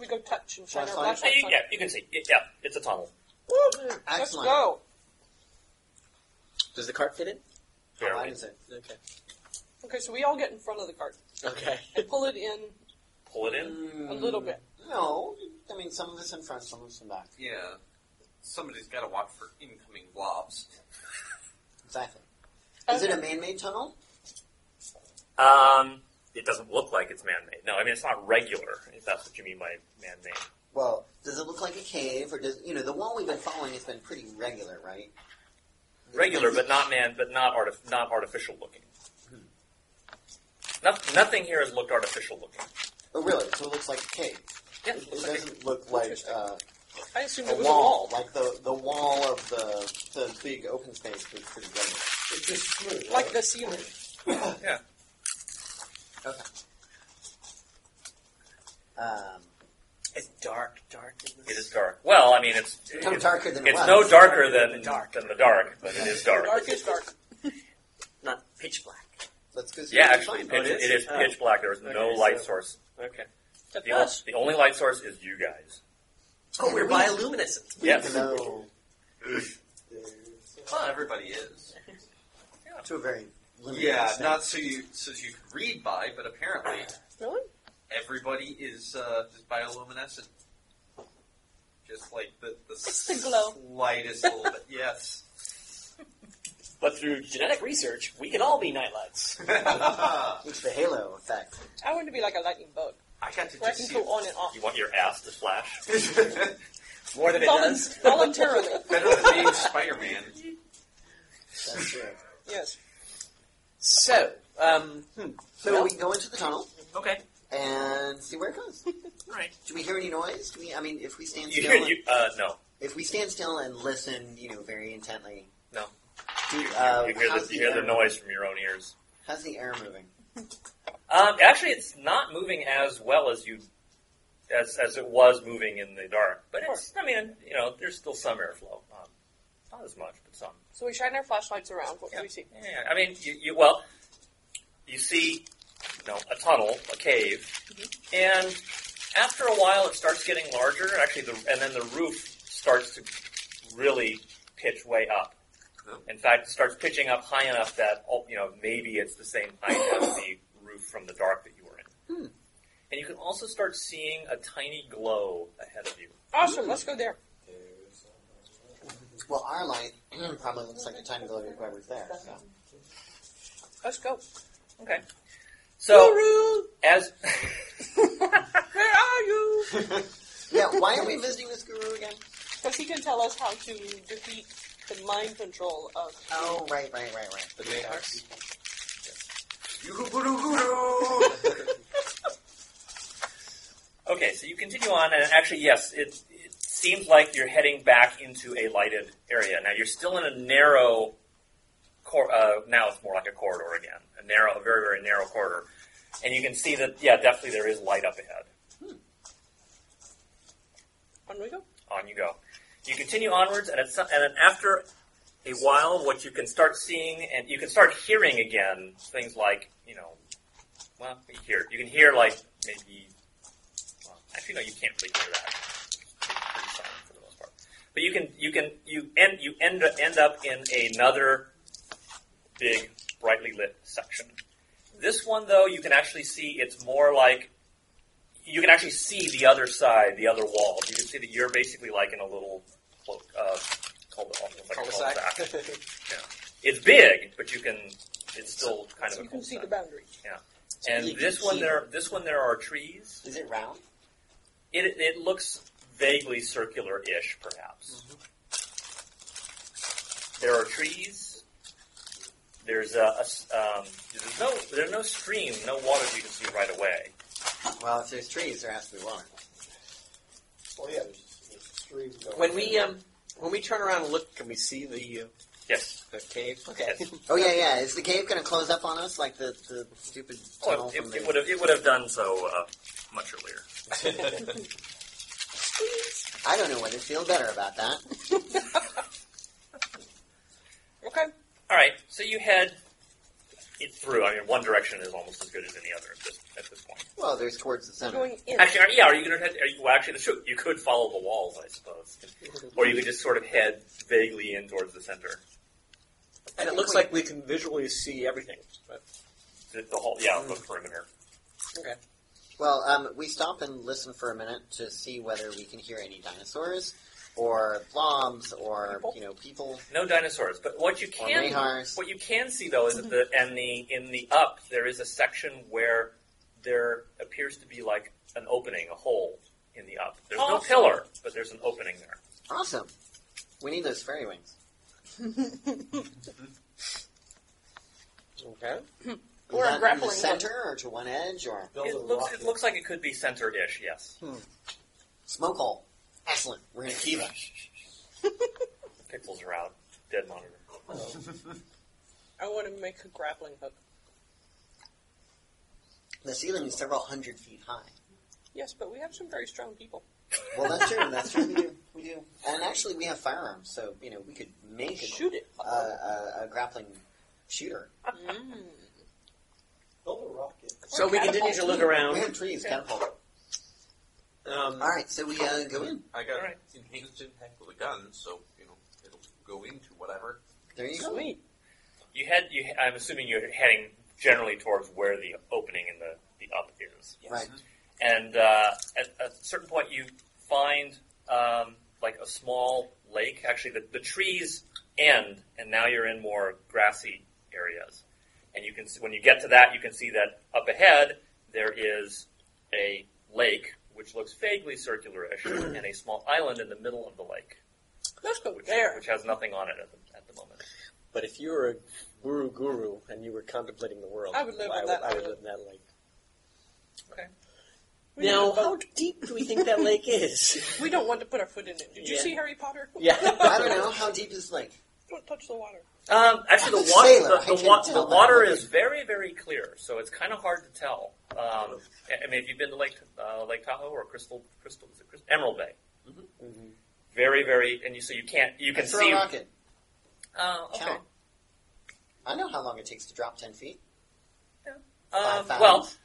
[SPEAKER 4] We go touch and shine our
[SPEAKER 2] Hey,
[SPEAKER 3] Flashlight?
[SPEAKER 4] flashlights.
[SPEAKER 2] you,
[SPEAKER 4] on.
[SPEAKER 2] yeah, you can see. Yeah, it's a tunnel.
[SPEAKER 4] Woo! Let's
[SPEAKER 3] Excellent.
[SPEAKER 4] go.
[SPEAKER 5] Does the cart fit in?
[SPEAKER 3] How wide
[SPEAKER 2] Barely.
[SPEAKER 3] is it?
[SPEAKER 5] Okay.
[SPEAKER 4] Okay, so we all get in front of the cart
[SPEAKER 5] Okay.
[SPEAKER 4] and pull it in
[SPEAKER 2] Pull it in.
[SPEAKER 4] a little bit.
[SPEAKER 3] Mm, No, I mean some of us in front, some of us in back.
[SPEAKER 8] Yeah, somebody's got to watch for incoming blobs.
[SPEAKER 3] Exactly. Mm. Is it a man-made tunnel?
[SPEAKER 2] Um, it doesn't look like it's man-made. No, I mean it's not regular. If that's what you mean by man-made.
[SPEAKER 3] Well, does it look like a cave, or does you know the one we've been following has been pretty regular, right?
[SPEAKER 2] regular, but not man, but not artif- not artificial looking. No- nothing here has looked artificial looking.
[SPEAKER 3] Oh, really? So it looks like a cave.
[SPEAKER 2] Yeah,
[SPEAKER 3] It, it
[SPEAKER 2] looks like
[SPEAKER 3] doesn't look like uh,
[SPEAKER 4] I assume
[SPEAKER 3] a
[SPEAKER 4] it was
[SPEAKER 3] wall, like the the wall of the the big open space was pretty regular.
[SPEAKER 7] It's just smooth.
[SPEAKER 4] a wall, like the ceiling.
[SPEAKER 3] Um,
[SPEAKER 5] It's dark, dark in
[SPEAKER 2] it
[SPEAKER 5] this.
[SPEAKER 2] is dark. Well, I mean it's
[SPEAKER 3] no
[SPEAKER 2] it's,
[SPEAKER 3] darker than it
[SPEAKER 2] it's
[SPEAKER 3] was.
[SPEAKER 2] no darker than
[SPEAKER 5] The dark.
[SPEAKER 2] than the dark, but it is dark.
[SPEAKER 4] Dark is dark.
[SPEAKER 5] Not pitch black.
[SPEAKER 3] That's because
[SPEAKER 2] Yeah, actually, it,
[SPEAKER 5] Oh, it
[SPEAKER 2] it, it
[SPEAKER 5] is?
[SPEAKER 2] is pitch black. There is no
[SPEAKER 5] Okay,
[SPEAKER 2] light
[SPEAKER 5] so-
[SPEAKER 2] source.
[SPEAKER 5] Okay.
[SPEAKER 4] That's
[SPEAKER 2] The, only-
[SPEAKER 4] us.
[SPEAKER 2] the only light source is you guys.
[SPEAKER 5] Oh, we're bioluminescent.
[SPEAKER 2] Yes.
[SPEAKER 3] No,
[SPEAKER 8] Well, everybody is.
[SPEAKER 3] to a very limited
[SPEAKER 8] Yeah,
[SPEAKER 3] extent.
[SPEAKER 8] not so you so you can read by, but apparently
[SPEAKER 4] Really?
[SPEAKER 8] everybody is uh, just bioluminescent. Just like the the,
[SPEAKER 4] the glow.
[SPEAKER 8] slightest little bit. Yes.
[SPEAKER 5] But through genetic research, we can all be nightlights.
[SPEAKER 8] I
[SPEAKER 3] It's the halo effect.
[SPEAKER 4] I want to be like a lightning bug,
[SPEAKER 8] got to
[SPEAKER 4] where I can
[SPEAKER 8] just see.
[SPEAKER 4] go on and off
[SPEAKER 2] You want your ass to flash?
[SPEAKER 5] More than it does.
[SPEAKER 4] Volun- voluntarily.
[SPEAKER 8] Better than being Spider-Man.
[SPEAKER 3] That's true.
[SPEAKER 4] Yes.
[SPEAKER 5] So, um, hmm.
[SPEAKER 3] So
[SPEAKER 5] Well-
[SPEAKER 3] we can go into the tunnel
[SPEAKER 2] Okay.
[SPEAKER 3] and see where it goes.
[SPEAKER 2] Right.
[SPEAKER 3] Do we hear any noise? Do we? I mean, if we stand
[SPEAKER 2] You,
[SPEAKER 3] still, and-
[SPEAKER 2] you, uh, no.
[SPEAKER 3] if we stand still and listen, you know, very intently.
[SPEAKER 2] No.
[SPEAKER 3] Do,
[SPEAKER 2] You,
[SPEAKER 3] uh,
[SPEAKER 2] you hear,
[SPEAKER 3] how's
[SPEAKER 2] the, Oh, you hear
[SPEAKER 3] air
[SPEAKER 2] the noise from your own ears.
[SPEAKER 3] How's the air moving?
[SPEAKER 2] Um, actually, it's not moving as well as you as as it was moving in the dark. But it's, I mean, you know, there's still some airflow. Um, not as much, but some.
[SPEAKER 4] So we shine our flashlights around. What do we see?
[SPEAKER 2] Yeah, I mean, you, you well, you see, you know, a tunnel, a cave, and after a while, it starts getting larger. Actually, the, and then the roof starts to really pitch way up.
[SPEAKER 8] Oh.
[SPEAKER 2] In fact, it starts pitching up high enough that all- you know maybe it's the same height as the roof from the dark that you were in. And you can also start seeing a tiny glow ahead of you.
[SPEAKER 4] Awesome. Let's go there.
[SPEAKER 3] Well, our light probably looks like a tiny glow to whoever's there. So.
[SPEAKER 4] Let's go.
[SPEAKER 2] Okay. So as
[SPEAKER 4] Where are you?
[SPEAKER 3] Yeah, why are we visiting this guru again?
[SPEAKER 4] Because he can tell us how to defeat the mind control of.
[SPEAKER 3] Oh, right, right, right, right.
[SPEAKER 5] the Mayhars.
[SPEAKER 2] Okay, so you continue on, and actually, yes, it, it seems like you're heading back into a lighted area. Now, you're still in a narrow, cor- uh, now it's more like a corridor again, a narrow, a very, very narrow corridor. And you can see that, yeah, definitely there is light up ahead.
[SPEAKER 4] On we go.
[SPEAKER 2] On you go. You continue onwards, and, it's, and then after a while, what you can start seeing, and you can start hearing again things like, you know, well, you hear, you can hear like maybe, well, actually no, you can't really hear that. It's pretty silent for the most part. But you can, you can, you end, you end, end up in another big, brightly lit section. This one, though, you can actually see it's more like you can actually see the other side, the other wall. You can see that you're basically like in a little clo- uh, cul- almost like a
[SPEAKER 5] Cul-de-sac.
[SPEAKER 2] cul-de-sac. yeah. It's big, but you can. It's still kind of
[SPEAKER 4] So
[SPEAKER 2] a
[SPEAKER 4] you can see
[SPEAKER 2] cul-de-sac.
[SPEAKER 4] the boundary.
[SPEAKER 2] And
[SPEAKER 3] You can
[SPEAKER 2] this one
[SPEAKER 3] see
[SPEAKER 2] there, this one there are trees.
[SPEAKER 3] Is it round?
[SPEAKER 2] It it looks vaguely circular-ish, perhaps. There are trees. There's a, a s- um, there's no there's no stream, no water you can see right away.
[SPEAKER 3] Well, if there's trees, there has to be water.
[SPEAKER 7] Well, Oh, yeah, there's, there's streams going.
[SPEAKER 9] When we um, when we turn around and look, can we see the uh,
[SPEAKER 2] Yes.
[SPEAKER 9] the cave? Okay.
[SPEAKER 3] Oh yeah, yeah. Is the cave going to close up on us like the, the stupid tunnel
[SPEAKER 2] Oh, it,
[SPEAKER 3] from the...
[SPEAKER 2] it would have it would have done so uh, much earlier.
[SPEAKER 3] I don't know whether to feel better about that.
[SPEAKER 9] okay.
[SPEAKER 2] All right, so you head it through. I mean, one direction is almost as good as any other at this at this point.
[SPEAKER 3] Well, there's towards the center.
[SPEAKER 4] Going in.
[SPEAKER 2] Actually, are, yeah. Are you going to head? Are you, well, actually, that's true. You could follow the walls, I suppose, or you could just sort of head vaguely in towards the center.
[SPEAKER 9] And it looks like we can visually see everything. But
[SPEAKER 2] The, the whole yeah, the perimeter.
[SPEAKER 9] okay.
[SPEAKER 3] Well, um, we stop and listen for a minute to see whether we can hear any dinosaurs or blobs or you know people.
[SPEAKER 2] No dinosaurs, but what you
[SPEAKER 3] Or
[SPEAKER 2] can
[SPEAKER 3] Mahars.
[SPEAKER 2] what you can see though is that the and the in the up there is a section where there appears to be like an opening, a hole in the up. There's no
[SPEAKER 4] Awesome.
[SPEAKER 2] pillar, but there's an opening there.
[SPEAKER 3] Awesome. We need those fairy wings.
[SPEAKER 9] Okay.
[SPEAKER 4] Or
[SPEAKER 3] Is
[SPEAKER 4] a
[SPEAKER 3] that in
[SPEAKER 4] grappling
[SPEAKER 3] the
[SPEAKER 4] hook.
[SPEAKER 3] center or to one edge or
[SPEAKER 7] build a
[SPEAKER 2] It looks
[SPEAKER 7] rocket.
[SPEAKER 2] it looks like it could be center-ish. Yes,
[SPEAKER 3] smoke hole. Excellent. We're gonna keep it.
[SPEAKER 2] pixels are out. Dead monitor.
[SPEAKER 4] I want to make a grappling hook.
[SPEAKER 3] The ceiling is several hundred feet high.
[SPEAKER 4] Yes, but we have some very strong people.
[SPEAKER 3] Well, that's true. That's true. We do. We do. And actually, we have firearms, so you know we could make a,
[SPEAKER 4] Shoot it.
[SPEAKER 3] a, a, a grappling shooter.
[SPEAKER 4] Mm.
[SPEAKER 7] Build a rocket.
[SPEAKER 9] So we continue to look
[SPEAKER 3] We
[SPEAKER 9] around.
[SPEAKER 3] have trees, catapult.
[SPEAKER 9] Um,
[SPEAKER 3] All right, so we uh, go in.
[SPEAKER 8] I got
[SPEAKER 2] Alright.
[SPEAKER 8] enhanced impact with a gun, so you know it'll go into whatever.
[SPEAKER 3] There you go.
[SPEAKER 9] Sweet.
[SPEAKER 2] You head. You, I'm assuming you're heading generally towards where the opening in the the up is.
[SPEAKER 3] Right.
[SPEAKER 2] And uh, at a certain point, you find um, like a small lake. Actually, the, the trees end, and now you're in more grassy areas. And you can see, when you get to that, you can see that up ahead there is a lake which looks vaguely circular-ish, and a small island in the middle of the lake,
[SPEAKER 4] Let's go
[SPEAKER 2] which,
[SPEAKER 4] Oh, there.
[SPEAKER 2] which has nothing on it at the, at the moment.
[SPEAKER 9] But if you were a guru guru and you were contemplating the world,
[SPEAKER 4] I would live
[SPEAKER 9] I
[SPEAKER 4] on
[SPEAKER 9] would,
[SPEAKER 4] that
[SPEAKER 9] I would
[SPEAKER 4] island.
[SPEAKER 9] live in that lake.
[SPEAKER 4] We need a boat.
[SPEAKER 9] deep do we think that lake is?
[SPEAKER 4] We don't want to put our foot in it. Did you
[SPEAKER 9] Yeah.
[SPEAKER 4] see Harry Potter?
[SPEAKER 9] yeah.
[SPEAKER 3] I don't know how deep is the lake.
[SPEAKER 4] don't touch the water.
[SPEAKER 2] Um, actually, the
[SPEAKER 3] I'm a
[SPEAKER 2] water
[SPEAKER 3] sailor. I
[SPEAKER 2] the, the,
[SPEAKER 3] can
[SPEAKER 2] wa-
[SPEAKER 3] tell
[SPEAKER 2] the
[SPEAKER 3] by
[SPEAKER 2] water
[SPEAKER 3] looking.
[SPEAKER 2] is very very clear, so it's kind of hard to tell. Um, I- I mean, if you've been to Lake uh, Lake Tahoe or Crystal Crystal is it Crystal Emerald Bay,
[SPEAKER 9] Mm-hmm.
[SPEAKER 2] very very, and you so you can't you
[SPEAKER 3] I
[SPEAKER 2] can
[SPEAKER 3] throw
[SPEAKER 2] see.
[SPEAKER 3] a rocket.
[SPEAKER 2] Uh, okay.
[SPEAKER 3] Count. I know how long it takes to drop ten feet.
[SPEAKER 2] Um,
[SPEAKER 3] Five
[SPEAKER 2] well,
[SPEAKER 3] fathoms.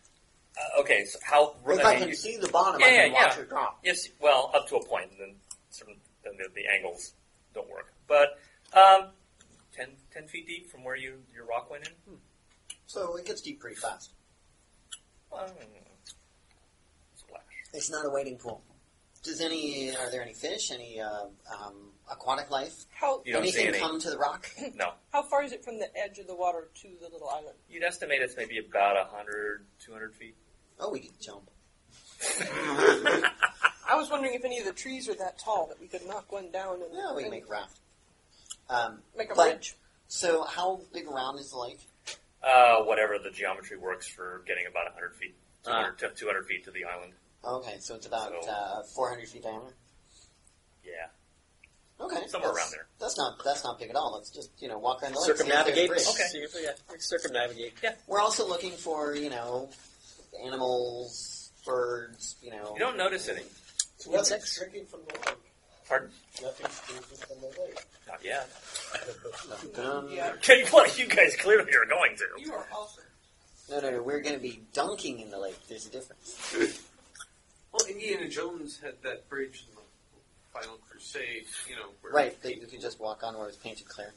[SPEAKER 2] uh, okay. So how?
[SPEAKER 3] if
[SPEAKER 2] I
[SPEAKER 3] I
[SPEAKER 2] mean,
[SPEAKER 3] can
[SPEAKER 2] you-
[SPEAKER 3] see the bottom, I
[SPEAKER 2] Yeah,
[SPEAKER 3] can
[SPEAKER 2] yeah, yeah.
[SPEAKER 3] watch it drop.
[SPEAKER 2] Yes, well, up to a point, and then certain then the, the angles don't work. But um, 10, 10 feet deep from where you your rock went in.
[SPEAKER 3] So it gets deep pretty fast.
[SPEAKER 2] Well, hmm, splash.
[SPEAKER 3] It's not a wading pool. Does any are there any fish? Any uh, um, aquatic life?
[SPEAKER 4] How
[SPEAKER 2] You don't see
[SPEAKER 3] Anything
[SPEAKER 2] any.
[SPEAKER 3] come to the rock?
[SPEAKER 2] No.
[SPEAKER 4] how far is it from the edge of the water to the little island?
[SPEAKER 2] You'd estimate it's maybe about 100, 200 feet.
[SPEAKER 3] Oh, we could jump.
[SPEAKER 4] I was wondering if any of the trees are that tall that we could knock one down and,
[SPEAKER 3] No, we can
[SPEAKER 4] and
[SPEAKER 3] make a raft. Um,
[SPEAKER 4] make a
[SPEAKER 3] but-
[SPEAKER 4] bridge.
[SPEAKER 3] so how big around is the lake?
[SPEAKER 2] Uh, whatever the geometry works for getting about 100 feet, 200,
[SPEAKER 9] Ah.
[SPEAKER 2] to 200 feet to the island.
[SPEAKER 3] Okay, so it's about
[SPEAKER 2] So-
[SPEAKER 3] uh, 400 feet diameter.
[SPEAKER 2] Yeah.
[SPEAKER 3] Okay,
[SPEAKER 2] Somewhere
[SPEAKER 3] that's-
[SPEAKER 2] around there.
[SPEAKER 3] That's not that's not big at all. Let's just you know walk around the lake. see if there's a
[SPEAKER 9] Circumnavigate.
[SPEAKER 3] bridge.
[SPEAKER 2] Okay.
[SPEAKER 9] See if- yeah, we Circumnavigate.
[SPEAKER 3] We're also looking for you know animals, birds. You know,
[SPEAKER 2] You don't notice any.
[SPEAKER 7] Nothing
[SPEAKER 9] Insects.
[SPEAKER 7] drinking from the lake.
[SPEAKER 2] Pardon?
[SPEAKER 7] Nothing drinking from the lake.
[SPEAKER 2] Not yet.
[SPEAKER 3] Um,
[SPEAKER 4] Yeah.
[SPEAKER 2] What you guys clearly are going to.
[SPEAKER 4] You are awesome.
[SPEAKER 3] No, no, no. We're going to be dunking in the lake. There's a difference.
[SPEAKER 8] Well, Indiana Jones had that bridge in the Final Crusade, you know. Where
[SPEAKER 3] Right, that you can just walk on where it's painted clear.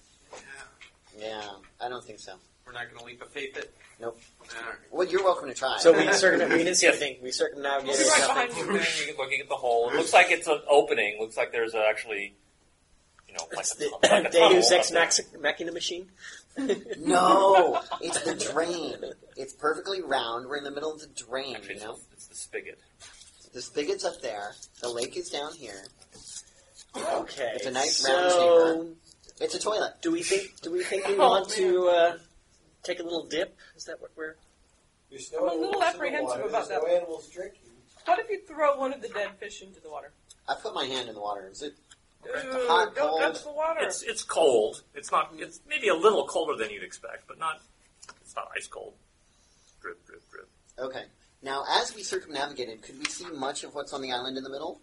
[SPEAKER 8] Yeah,
[SPEAKER 3] Yeah, I don't think so.
[SPEAKER 8] we're not going to leap a faith it.
[SPEAKER 3] Nope.
[SPEAKER 8] All right.
[SPEAKER 3] Well, you're welcome to try.
[SPEAKER 9] So we circum we didn't see anything. We
[SPEAKER 2] We'll
[SPEAKER 9] circumnavigated.
[SPEAKER 2] be right
[SPEAKER 9] nothing.
[SPEAKER 2] behind you. man. You're looking at the hole. It looks like it's an opening. Looks like there's a- actually, you know, like
[SPEAKER 9] It's
[SPEAKER 2] a, like
[SPEAKER 9] the
[SPEAKER 2] a tunnel
[SPEAKER 9] Deus Ex
[SPEAKER 5] Oh,
[SPEAKER 2] up there.
[SPEAKER 9] Max- Machina machine.
[SPEAKER 3] no, it's the drain. It's perfectly round. We're in the middle of the drain.
[SPEAKER 2] Actually,
[SPEAKER 3] You
[SPEAKER 2] it's,
[SPEAKER 3] know,
[SPEAKER 2] it's the spigot.
[SPEAKER 3] the spigot's up there. The lake is down here.
[SPEAKER 9] Okay.
[SPEAKER 3] It's a nice round
[SPEAKER 9] so,
[SPEAKER 3] It's a toilet.
[SPEAKER 9] do we think? Do we think we
[SPEAKER 4] Oh,
[SPEAKER 9] want to? Uh,
[SPEAKER 5] Take a little dip? Is that what we're.
[SPEAKER 7] There's no
[SPEAKER 11] I'm a little
[SPEAKER 7] animals in the
[SPEAKER 11] apprehensive
[SPEAKER 7] water,
[SPEAKER 11] about
[SPEAKER 7] There's
[SPEAKER 11] that.
[SPEAKER 7] no animals drink you.
[SPEAKER 11] What if you throw one of the dead fish into the water?
[SPEAKER 3] I put my hand in the water. Is it?
[SPEAKER 11] Ooh,
[SPEAKER 3] Hot,
[SPEAKER 11] don't touch
[SPEAKER 3] cold.
[SPEAKER 11] the water.
[SPEAKER 2] It's it's cold. It's not. It's maybe a little colder than you'd expect, but not. It's not ice cold. Drip, drip, drip.
[SPEAKER 3] Okay. Now, as we circumnavigated, could we see much of what's on the island in the middle?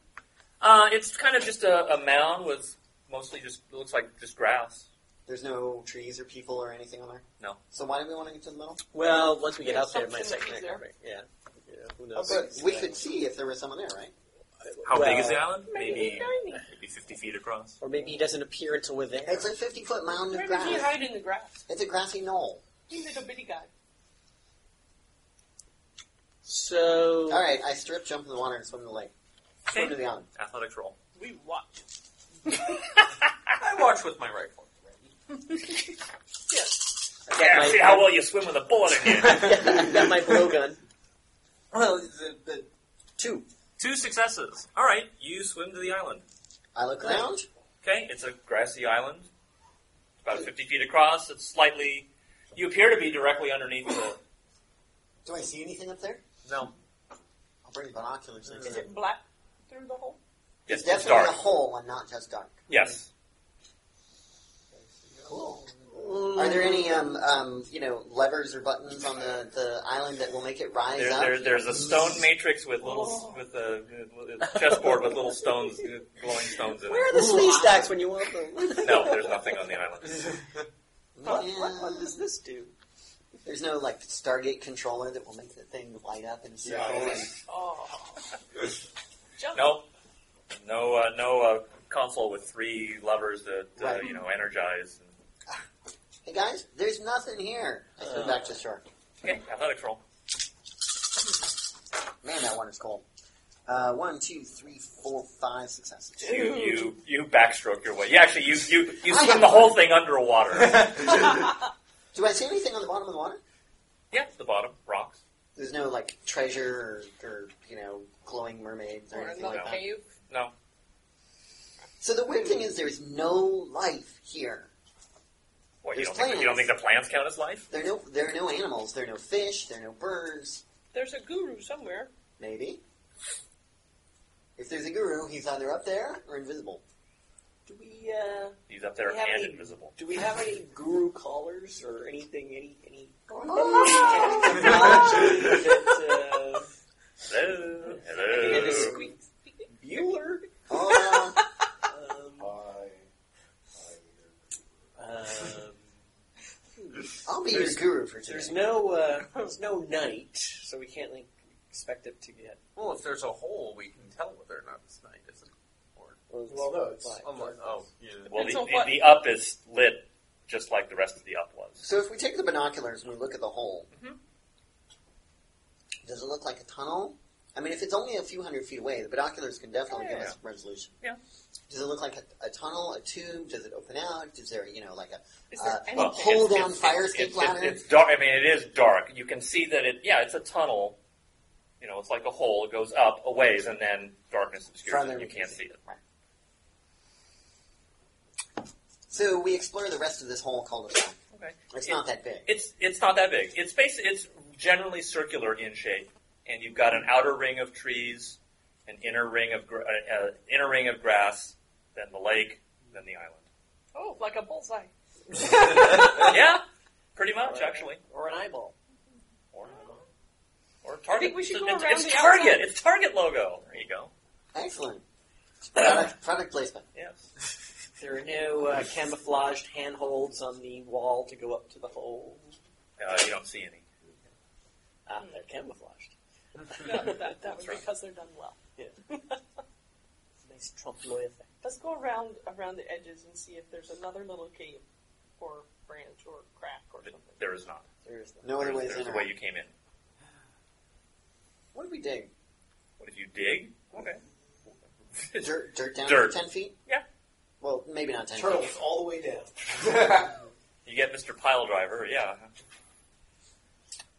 [SPEAKER 2] Uh, it's kind of just a, a mound with mostly just it looks like just grass.
[SPEAKER 3] There's no trees or people or anything on there?
[SPEAKER 2] No.
[SPEAKER 3] So why do we want to get to the middle?
[SPEAKER 5] Well, once we get
[SPEAKER 11] Yeah,
[SPEAKER 5] out there, it might
[SPEAKER 11] something
[SPEAKER 5] take
[SPEAKER 11] easier.
[SPEAKER 5] Yeah. yeah. Who
[SPEAKER 3] Oh,
[SPEAKER 5] knows?
[SPEAKER 3] but we could see if there was someone there, right?
[SPEAKER 2] How big is
[SPEAKER 5] Well,
[SPEAKER 2] the island?
[SPEAKER 11] Maybe
[SPEAKER 2] Maybe
[SPEAKER 11] tiny.
[SPEAKER 2] maybe fifty feet across.
[SPEAKER 5] Or maybe he doesn't appear until we're there.
[SPEAKER 3] It's a 50 foot mound of
[SPEAKER 11] Where did he
[SPEAKER 3] grass.
[SPEAKER 11] hide in the grass?
[SPEAKER 3] It's a grassy knoll.
[SPEAKER 11] He little bitty guy.
[SPEAKER 5] So.
[SPEAKER 3] All right, I strip, jump in the water, and swim to the lake. Swim to
[SPEAKER 2] Okay.
[SPEAKER 3] the island.
[SPEAKER 2] Athletics roll.
[SPEAKER 11] We watch.
[SPEAKER 8] I watch with my rifle.
[SPEAKER 5] Yeah, my- see how
[SPEAKER 2] well you swim with a bullet in you.
[SPEAKER 5] Got my blowgun.
[SPEAKER 9] Well, the, the two.
[SPEAKER 2] Two successes. All right, you swim to the island.
[SPEAKER 3] I look around.
[SPEAKER 2] Okay, it's a grassy island, about fifty feet across. It's slightly. You appear to be directly underneath the.
[SPEAKER 3] Do I see anything up there?
[SPEAKER 2] No.
[SPEAKER 3] I'll bring binoculars next
[SPEAKER 11] Is
[SPEAKER 3] time.
[SPEAKER 11] it black through the hole?
[SPEAKER 2] Yes, it's
[SPEAKER 3] Definitely
[SPEAKER 2] dark.
[SPEAKER 3] a hole and not just dark.
[SPEAKER 2] Yes.
[SPEAKER 3] Cool. Are there any, um, um, you know, levers or buttons on the, the island that will make it rise
[SPEAKER 2] There,
[SPEAKER 3] up?
[SPEAKER 2] there, there's a stone matrix with little with a, a chessboard with little stones, glowing stones in
[SPEAKER 5] Where
[SPEAKER 2] it.
[SPEAKER 5] are the sleeve stacks when you want them?
[SPEAKER 2] No, there's nothing on the island.
[SPEAKER 11] What,
[SPEAKER 3] Yeah.
[SPEAKER 11] what, what does this do?
[SPEAKER 3] There's no like Stargate controller that will make the thing light up and circle. and-
[SPEAKER 11] Oh. Jump.
[SPEAKER 2] No, no, uh, no uh, console with three levers that uh,
[SPEAKER 3] Right.
[SPEAKER 2] you know energize.
[SPEAKER 3] Hey guys, there's nothing here. I swim back to shore.
[SPEAKER 2] Okay, athletics roll.
[SPEAKER 3] Man, that one is cold. Uh, one, two, three, four, five successes.
[SPEAKER 2] You, you you backstroke your way. You actually you you, you
[SPEAKER 3] I
[SPEAKER 2] swim
[SPEAKER 3] have
[SPEAKER 2] the whole thing underwater.
[SPEAKER 3] Do I see anything on the bottom of the water?
[SPEAKER 2] yeah, the bottom rocks.
[SPEAKER 3] There's no like treasure or, or you know glowing mermaids or,
[SPEAKER 4] Or
[SPEAKER 3] anything
[SPEAKER 4] another
[SPEAKER 3] like that.
[SPEAKER 4] cave.
[SPEAKER 2] No,
[SPEAKER 3] So the weird thing is there's no life here.
[SPEAKER 2] what you
[SPEAKER 3] There's
[SPEAKER 2] don't think, you don't think the plants count as life?
[SPEAKER 3] There are no there are no animals. There are no fish. There are no birds.
[SPEAKER 11] There's a guru somewhere.
[SPEAKER 3] Maybe. If there's a guru, he's either up there or invisible.
[SPEAKER 5] do we uh,
[SPEAKER 2] He's up there
[SPEAKER 5] We have
[SPEAKER 2] and
[SPEAKER 5] any-
[SPEAKER 2] invisible.
[SPEAKER 5] do we have any guru collars or anything? Any any?
[SPEAKER 7] Oh!
[SPEAKER 5] that, uh,
[SPEAKER 2] Hello,
[SPEAKER 5] and a
[SPEAKER 2] hello.
[SPEAKER 5] squeak Bueller.
[SPEAKER 3] Oh, uh,
[SPEAKER 5] Um, um,
[SPEAKER 3] I'll be
[SPEAKER 5] There's-
[SPEAKER 3] your guru for today.
[SPEAKER 5] there's no uh, there's no night, so we can't like expect it to get.
[SPEAKER 8] Well, if there's a hole, we can tell whether or not it's night, isn't it?
[SPEAKER 7] Well, no, it's
[SPEAKER 5] Fine.
[SPEAKER 8] Unlike, oh, yeah.
[SPEAKER 2] Well, the,
[SPEAKER 11] It's a
[SPEAKER 2] the,
[SPEAKER 11] what?
[SPEAKER 2] the up is lit just like the rest of the up was.
[SPEAKER 3] So if we take the binoculars and we look at the hole,
[SPEAKER 2] Mhm.
[SPEAKER 3] does it look like a tunnel? I mean, if it's only a few hundred feet away, the binoculars can definitely give us resolution.
[SPEAKER 2] Yeah.
[SPEAKER 3] Does it look like a, a tunnel, a tube? Does it open out? Is there, you know, like a
[SPEAKER 11] Is there
[SPEAKER 3] Uh,
[SPEAKER 11] any?
[SPEAKER 3] well, pull down fire escape
[SPEAKER 2] it's,
[SPEAKER 3] ladder?
[SPEAKER 2] It's, dark. I mean, it is dark. You can see that it. Yeah, it's a tunnel. You know, it's like a hole. It goes up a ways, and then darkness obscures
[SPEAKER 3] further?
[SPEAKER 2] it.
[SPEAKER 3] we
[SPEAKER 2] You can't see it.
[SPEAKER 3] Right. So we explore the rest of this whole cul-de-sac.
[SPEAKER 2] Okay.
[SPEAKER 3] It's
[SPEAKER 2] It-
[SPEAKER 3] not that big.
[SPEAKER 2] It's it's not that big. It's basic. It's generally circular in shape, and you've got an outer ring of trees, an inner ring of gra- uh, uh, inner ring of grass, then the lake, then the island.
[SPEAKER 11] Oh, like a bullseye.
[SPEAKER 2] yeah, pretty much actually.
[SPEAKER 5] or an eyeball.
[SPEAKER 2] Or, or target.
[SPEAKER 11] we should go
[SPEAKER 2] it's,
[SPEAKER 11] around
[SPEAKER 2] it's
[SPEAKER 11] the
[SPEAKER 2] target.
[SPEAKER 11] outside.
[SPEAKER 2] It's target logo. There you go.
[SPEAKER 3] Excellent. Product, product placement.
[SPEAKER 2] Yes.
[SPEAKER 5] There are no uh, camouflaged handholds on the wall to go up to the hole.
[SPEAKER 2] Uh, you don't see any.
[SPEAKER 5] Ah,
[SPEAKER 4] Hmm.
[SPEAKER 5] they're camouflaged.
[SPEAKER 11] No, that, that was because they're done well.
[SPEAKER 5] Nice Trump lawyer thing.
[SPEAKER 11] Let's go around around the edges and see if there's another little cave or branch or crack or something.
[SPEAKER 2] There is not.
[SPEAKER 5] There is no.
[SPEAKER 3] No other
[SPEAKER 2] There's-
[SPEAKER 3] ways
[SPEAKER 2] there's
[SPEAKER 3] in
[SPEAKER 2] the
[SPEAKER 3] or
[SPEAKER 2] way
[SPEAKER 3] out.
[SPEAKER 2] you came in.
[SPEAKER 3] What do we dig?
[SPEAKER 2] What if you dig? Okay.
[SPEAKER 3] Dirt, dirt down
[SPEAKER 2] Dirt.
[SPEAKER 3] for 10 feet?
[SPEAKER 2] Yeah.
[SPEAKER 3] Well, maybe not 10 feet.
[SPEAKER 7] turtles all the way down.
[SPEAKER 2] You get Mr. Pile Driver. Yeah.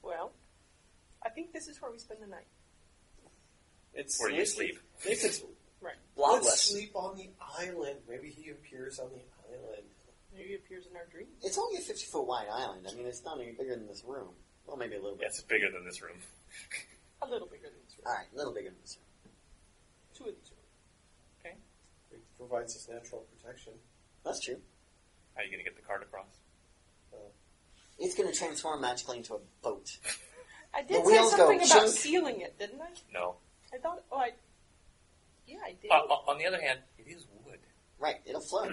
[SPEAKER 11] Well, I think this is where we spend the night.
[SPEAKER 5] It's
[SPEAKER 2] Where you sleep.
[SPEAKER 5] This is
[SPEAKER 11] Right.
[SPEAKER 5] blob
[SPEAKER 7] Let's
[SPEAKER 5] less.
[SPEAKER 7] sleep on the island. Maybe he appears on the island.
[SPEAKER 4] Maybe it appears in our dreams.
[SPEAKER 3] It's only a 50 foot wide island. I mean, it's not any bigger than this room. Well, maybe a little bit.
[SPEAKER 2] Yes, it's bigger than this room.
[SPEAKER 4] A little bigger than this room.
[SPEAKER 3] All right, a little bigger than this room.
[SPEAKER 4] Two of these rooms. Okay.
[SPEAKER 7] It provides us natural protection.
[SPEAKER 3] That's true.
[SPEAKER 2] How are you going to get the cart across?
[SPEAKER 3] It's going to transform magically into a boat.
[SPEAKER 4] I
[SPEAKER 3] The
[SPEAKER 4] did say
[SPEAKER 3] wheels go
[SPEAKER 4] something about
[SPEAKER 3] chunk.
[SPEAKER 4] sealing it, didn't I?
[SPEAKER 2] No.
[SPEAKER 4] I thought. Oh, I. Yeah, I did.
[SPEAKER 2] Uh, uh, on the other hand, it is wood.
[SPEAKER 3] Right, it'll float.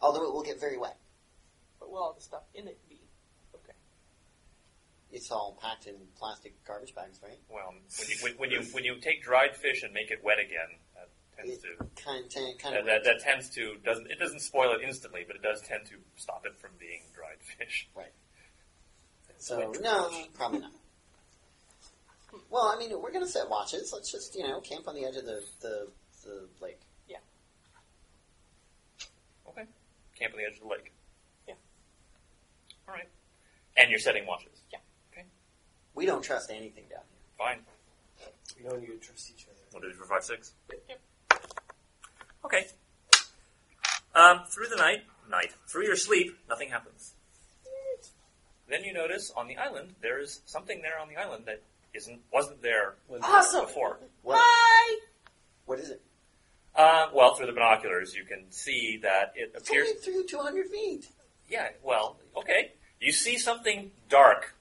[SPEAKER 3] Although it will get very wet.
[SPEAKER 4] But will all the stuff in it be okay?
[SPEAKER 3] It's all packed in plastic garbage bags, right?
[SPEAKER 2] Well, when you when, when you when you take dried fish and make it wet again, that tends
[SPEAKER 3] It
[SPEAKER 2] to
[SPEAKER 3] kind, t- kind
[SPEAKER 2] Uh, that,
[SPEAKER 3] of.
[SPEAKER 2] that, that tends to doesn't it doesn't spoil it instantly, but it does tend to stop it from being dried fish.
[SPEAKER 3] Right. So no, probably not. Well, I mean, we're gonna set watches. Let's just you know camp on the edge of the the, the lake.
[SPEAKER 2] Okay. Camp on the edge of the lake.
[SPEAKER 4] Yeah.
[SPEAKER 2] All right. And you're setting watches.
[SPEAKER 3] We don't trust anything down here.
[SPEAKER 2] Fine.
[SPEAKER 7] We don't need to trust each other.
[SPEAKER 2] We'll do it for five six.
[SPEAKER 4] Yep.
[SPEAKER 2] Okay. Um, through the night, night through your sleep, nothing happens. Then you notice on the island there is something there on the island that isn't wasn't there
[SPEAKER 4] Awesome.
[SPEAKER 2] before.
[SPEAKER 3] What?
[SPEAKER 4] Hi.
[SPEAKER 3] What is it?
[SPEAKER 2] Uh, well, through the binoculars, you can see that it
[SPEAKER 3] It's only
[SPEAKER 2] appears.
[SPEAKER 3] through two hundred feet.
[SPEAKER 2] Yeah. Well, okay. You see something dark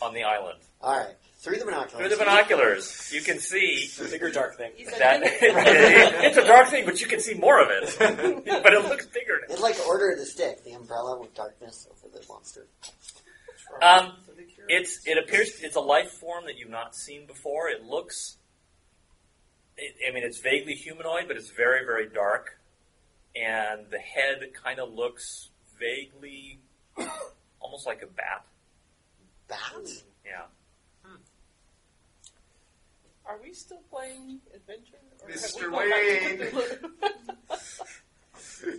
[SPEAKER 2] on the island
[SPEAKER 3] All right, through the binoculars.
[SPEAKER 2] through the binoculars. You can see
[SPEAKER 5] Bigger dark thing.
[SPEAKER 4] He's
[SPEAKER 2] that it's a dark thing, but you can see more of it. but it looks bigger.
[SPEAKER 3] It's like Order of the Stick, the umbrella with darkness over the monster.
[SPEAKER 2] Um, It's it appears it's a life form that you've not seen before. It looks, it, I mean, it's vaguely humanoid, but it's very very dark, and the head kind of looks vaguely, almost like a bat.
[SPEAKER 3] Bat?
[SPEAKER 2] Yeah.
[SPEAKER 4] Are we still playing adventure? Or have
[SPEAKER 12] Mr.
[SPEAKER 4] we gone back to the-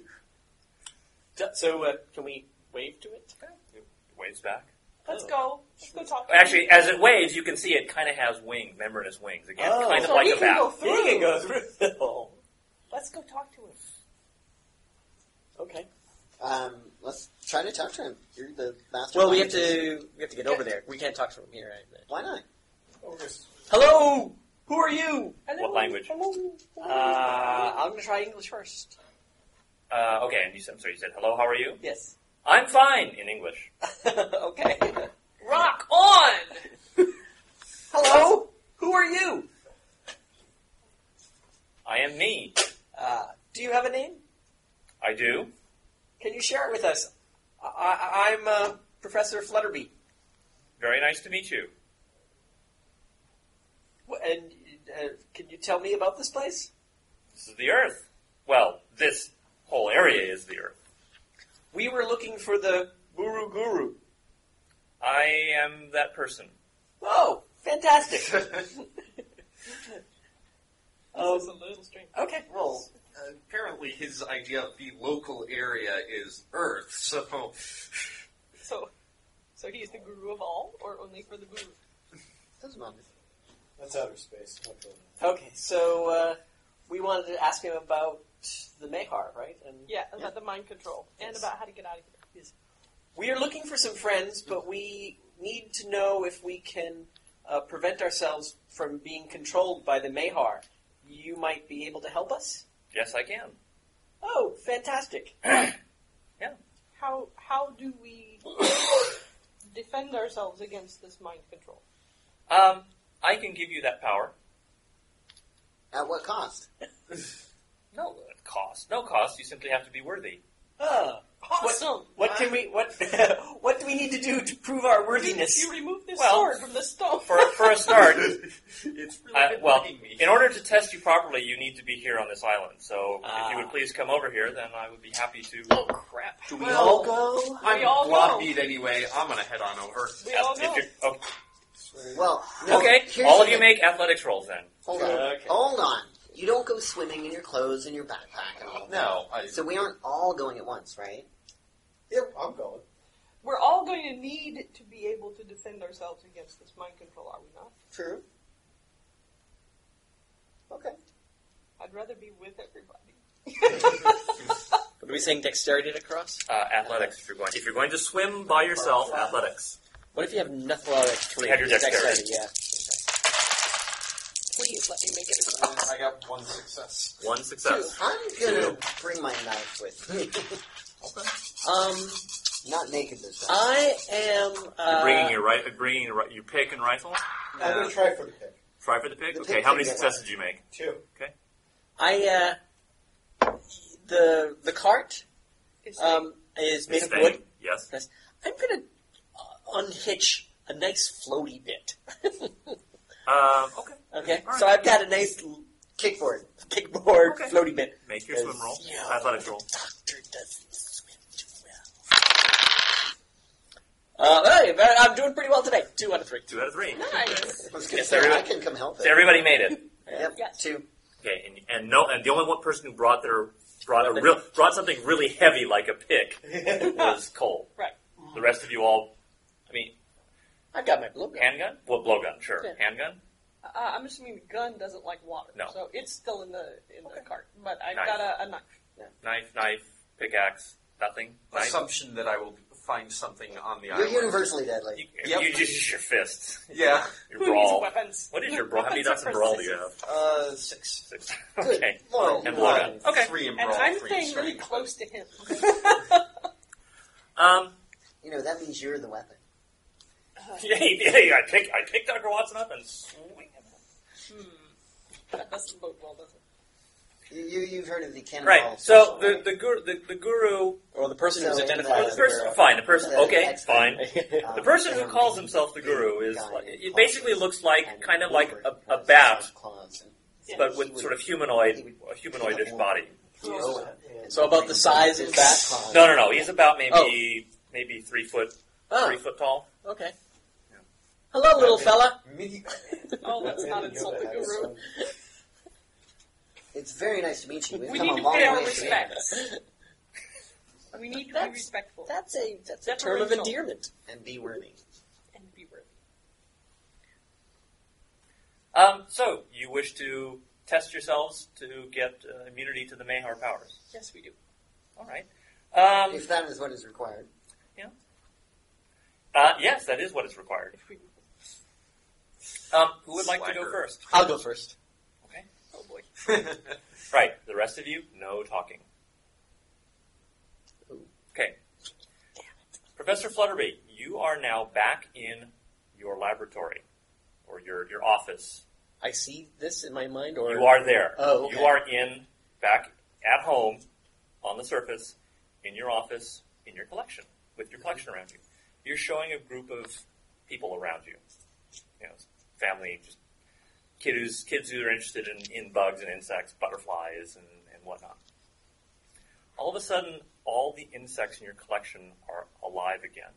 [SPEAKER 5] D- So uh, can we wave to it?
[SPEAKER 2] Oh. It waves back.
[SPEAKER 4] Let's go. Let's go talk. To
[SPEAKER 2] Actually,
[SPEAKER 4] him.
[SPEAKER 2] as it waves, you can see it kind of has wings, membranous wings again,
[SPEAKER 5] Oh.
[SPEAKER 2] kind of
[SPEAKER 4] so
[SPEAKER 2] like
[SPEAKER 4] we
[SPEAKER 2] a
[SPEAKER 4] can
[SPEAKER 2] bat.
[SPEAKER 4] go through.
[SPEAKER 5] He can go through.
[SPEAKER 4] Let's go talk to him.
[SPEAKER 5] okay.
[SPEAKER 3] Um, let's try to talk to him. You're the master.
[SPEAKER 5] Well, we have
[SPEAKER 3] mind.
[SPEAKER 5] to we have to get over there. We can't talk from here. Right?
[SPEAKER 3] Why not?
[SPEAKER 7] Oh,
[SPEAKER 5] Hello. Who are you?
[SPEAKER 4] Hello.
[SPEAKER 2] What language?
[SPEAKER 4] Hello.
[SPEAKER 5] Uh, I'm gonna try English first.
[SPEAKER 2] Uh, okay, and you, said- I'm sorry. You said hello. How are you?
[SPEAKER 5] Yes.
[SPEAKER 2] I'm fine in English.
[SPEAKER 5] okay.
[SPEAKER 4] Rock on.
[SPEAKER 5] Hello. Who are you?
[SPEAKER 2] I am me.
[SPEAKER 5] Uh, do you have a name?
[SPEAKER 2] I do.
[SPEAKER 5] Can you share it with us? I, I, I'm uh, Professor Flutterby,
[SPEAKER 2] Very nice to meet you.
[SPEAKER 5] Wh- and uh, can you tell me about this place?
[SPEAKER 2] This is the Earth. Well, this whole area is the Earth.
[SPEAKER 5] We were looking for the Buru Guru.
[SPEAKER 2] I am that person.
[SPEAKER 5] Oh, fantastic. um,
[SPEAKER 4] It's a little strange.
[SPEAKER 5] okay, well,
[SPEAKER 8] Apparently, his idea of the local area is Earth, so
[SPEAKER 4] So, so he's the guru of all, or only for the guru?
[SPEAKER 3] Doesn't matter.
[SPEAKER 7] That's outer space. Not going on.
[SPEAKER 5] okay, so uh, we wanted to ask him about the Mehar, right? And
[SPEAKER 4] Yeah, about the mind control and
[SPEAKER 5] Yes.
[SPEAKER 4] about how to get out of here.
[SPEAKER 5] We are looking for some friends, but we need to know if we can uh, prevent ourselves from being controlled by the Mehar. You might be able to help us?
[SPEAKER 2] Yes, I can.
[SPEAKER 5] Oh, fantastic.
[SPEAKER 4] How how do we defend ourselves against this mind control?
[SPEAKER 2] Um, I can give you that power.
[SPEAKER 3] At what cost?
[SPEAKER 2] No cost. No cost. You simply have to be worthy.
[SPEAKER 5] Huh.
[SPEAKER 4] Awesome!
[SPEAKER 5] What can we what what do we need to do to prove our worthiness?
[SPEAKER 4] You remove this
[SPEAKER 2] Well,
[SPEAKER 4] sword from the stone.
[SPEAKER 2] For, for a start,
[SPEAKER 8] it's really
[SPEAKER 2] uh,
[SPEAKER 8] been
[SPEAKER 2] well,
[SPEAKER 8] bugging me.
[SPEAKER 2] in order to test you properly, you need to be here on this island. So if
[SPEAKER 5] Ah.
[SPEAKER 2] you would please come over here, then I would be happy to.
[SPEAKER 4] crap!
[SPEAKER 5] Do we
[SPEAKER 8] Well,
[SPEAKER 5] all go?
[SPEAKER 8] I'm
[SPEAKER 4] We all
[SPEAKER 8] bloodied anyway. I'm gonna head on over.
[SPEAKER 4] We all
[SPEAKER 2] If
[SPEAKER 4] know.
[SPEAKER 2] you're- oh,
[SPEAKER 3] Well, no,
[SPEAKER 2] okay,
[SPEAKER 3] here's
[SPEAKER 2] all
[SPEAKER 3] the
[SPEAKER 2] of you
[SPEAKER 3] thing.
[SPEAKER 2] make athletics rolls then.
[SPEAKER 3] Hold on.
[SPEAKER 5] Okay.
[SPEAKER 3] Hold on. You don't go swimming in your clothes and your backpack and all that.
[SPEAKER 8] No, I,
[SPEAKER 3] So we aren't all going at once, right?
[SPEAKER 7] Yep, I'm going.
[SPEAKER 4] We're all going to need to be able to defend ourselves against this mind control, are we not?
[SPEAKER 3] True. Okay.
[SPEAKER 4] I'd rather be with everybody.
[SPEAKER 5] What are we saying? Dexterity to cross?
[SPEAKER 2] Uh, athletics, if you're going. If you're going to swim by yourself, athletics.
[SPEAKER 5] What if you have nothing on
[SPEAKER 2] You have your dexterity.
[SPEAKER 5] Yeah.
[SPEAKER 4] Please let me make it a
[SPEAKER 10] I got one success.
[SPEAKER 2] One success.
[SPEAKER 3] I'm gonna bring my knife with me.
[SPEAKER 5] Um,
[SPEAKER 3] Not naked this time.
[SPEAKER 5] I am. Uh,
[SPEAKER 2] You're bringing your right, bringing your, ri- your pick and rifle.
[SPEAKER 7] I'm going to try for the pick.
[SPEAKER 2] Try for the pick.
[SPEAKER 3] The
[SPEAKER 2] okay,
[SPEAKER 3] pick
[SPEAKER 2] how many
[SPEAKER 3] thing is-
[SPEAKER 2] successes did you make?
[SPEAKER 7] Two.
[SPEAKER 5] I uh, the the cart
[SPEAKER 11] Is
[SPEAKER 5] um is made of
[SPEAKER 2] Staying.
[SPEAKER 5] wood.
[SPEAKER 2] Yes.
[SPEAKER 5] I'm gonna uh, unhitch a nice floaty bit.
[SPEAKER 2] Um, okay.
[SPEAKER 5] okay,
[SPEAKER 2] All right.
[SPEAKER 5] so I've got a nice l-
[SPEAKER 3] Kickboard.
[SPEAKER 5] kickboard
[SPEAKER 2] Okay.
[SPEAKER 5] floaty bit.
[SPEAKER 2] Make your swim roll. Athletics roll.
[SPEAKER 5] Doctor doesn't swim too well. Uh, hey, but I'm doing pretty well today. Two out of three.
[SPEAKER 2] Two out of three.
[SPEAKER 11] Nice.
[SPEAKER 3] I was gonna
[SPEAKER 2] Yes,
[SPEAKER 3] say, I
[SPEAKER 2] everybody-
[SPEAKER 3] can come help
[SPEAKER 2] So
[SPEAKER 3] it.
[SPEAKER 2] everybody made it.
[SPEAKER 3] Yep,
[SPEAKER 11] Yes.
[SPEAKER 3] two.
[SPEAKER 2] Okay, and, and no, and the only one person who brought their brought a real brought something really heavy like a pick was Cole.
[SPEAKER 11] Right.
[SPEAKER 2] The rest of you all, I mean,
[SPEAKER 5] I've got my blue gun.
[SPEAKER 2] handgun, well, blowgun, sure,
[SPEAKER 5] Yeah.
[SPEAKER 2] handgun.
[SPEAKER 11] Uh, I'm assuming the gun doesn't like water,
[SPEAKER 2] No.
[SPEAKER 11] so it's still in the in the cart. But I've
[SPEAKER 2] Nice.
[SPEAKER 11] got a, a knife.
[SPEAKER 2] knife, knife, pickaxe, nothing. Knife.
[SPEAKER 10] Assumption that I will find something on the
[SPEAKER 3] You're
[SPEAKER 10] island.
[SPEAKER 3] universally deadly.
[SPEAKER 2] You,
[SPEAKER 10] Yep.
[SPEAKER 2] you just use your fists.
[SPEAKER 10] Yeah.
[SPEAKER 2] Your
[SPEAKER 11] Who
[SPEAKER 2] brawl.
[SPEAKER 11] needs weapons?
[SPEAKER 2] What is your brawl? How many dots
[SPEAKER 11] Weapons
[SPEAKER 2] in
[SPEAKER 11] are
[SPEAKER 2] brawl
[SPEAKER 11] for
[SPEAKER 2] do you have?
[SPEAKER 10] Uh, six.
[SPEAKER 2] Six.
[SPEAKER 3] Good
[SPEAKER 2] okay.
[SPEAKER 7] Oh,
[SPEAKER 3] lord.
[SPEAKER 2] And
[SPEAKER 3] One.
[SPEAKER 2] blowgun. Okay.
[SPEAKER 10] Three and
[SPEAKER 11] And
[SPEAKER 10] brawl.
[SPEAKER 11] I'm
[SPEAKER 10] three
[SPEAKER 11] staying really
[SPEAKER 10] strength.
[SPEAKER 11] close to him.
[SPEAKER 2] Um.
[SPEAKER 3] You know, that means you're the weapon.
[SPEAKER 2] Hey, hey, I pick, I pick Dr. Watson up and swing him.
[SPEAKER 11] Hmm. that doesn't bode well, does it?
[SPEAKER 3] You, you, you've heard of the cannonball.
[SPEAKER 2] Right. So the the guru, the, the guru,
[SPEAKER 5] Or the person who's
[SPEAKER 3] So,
[SPEAKER 2] or
[SPEAKER 5] identified
[SPEAKER 3] uh,
[SPEAKER 5] as
[SPEAKER 2] the person, fine, the person, okay, fine.
[SPEAKER 5] person.
[SPEAKER 2] The person who calls himself the guru is like- it basically looks like kind of like a, a bat,
[SPEAKER 3] bat,
[SPEAKER 2] but with sort of humanoid, a humanoidish body.
[SPEAKER 11] Oh,
[SPEAKER 5] so about the size of that.
[SPEAKER 2] No, no, no. He's about maybe maybe three foot
[SPEAKER 5] Oh,
[SPEAKER 2] three foot tall.
[SPEAKER 5] okay. Hello, little fella.
[SPEAKER 10] Me.
[SPEAKER 11] Oh, let's not
[SPEAKER 7] Yoda
[SPEAKER 11] insult the
[SPEAKER 7] has
[SPEAKER 11] guru.
[SPEAKER 7] some-
[SPEAKER 3] It's very nice to meet you. We've
[SPEAKER 11] We
[SPEAKER 3] come
[SPEAKER 11] need
[SPEAKER 3] a
[SPEAKER 11] to
[SPEAKER 3] long
[SPEAKER 11] pay our
[SPEAKER 3] way to be-
[SPEAKER 11] respects. We need to be
[SPEAKER 5] That's-
[SPEAKER 11] respectful
[SPEAKER 5] That's a that's a
[SPEAKER 11] That's
[SPEAKER 5] term of
[SPEAKER 11] original.
[SPEAKER 5] endearment.
[SPEAKER 3] and be worthy.
[SPEAKER 11] and be worthy.
[SPEAKER 2] Um, so you wish to test yourselves to get uh, immunity to the Mayhar powers.
[SPEAKER 11] Yes, we do.
[SPEAKER 2] All right. Um,
[SPEAKER 3] If that is what is required.
[SPEAKER 2] uh, yes, that is what is required.
[SPEAKER 11] If we,
[SPEAKER 2] Um, who would like to go
[SPEAKER 10] Swagger.
[SPEAKER 2] first?
[SPEAKER 5] I'll go first.
[SPEAKER 11] oh boy.
[SPEAKER 2] Right. The rest of you, no talking. Okay. Professor Flutterby, you are now back in your laboratory or your, your office.
[SPEAKER 5] I see this in my mind, or
[SPEAKER 2] You are there.
[SPEAKER 5] Oh, okay.
[SPEAKER 2] You are in back at home on the surface in your office in your collection with your collection around you. You're showing a group of people around you. You know, family, just kids, kids who are interested in, in bugs and insects, butterflies, and, and whatnot. All of a sudden, all the insects in your collection are alive again,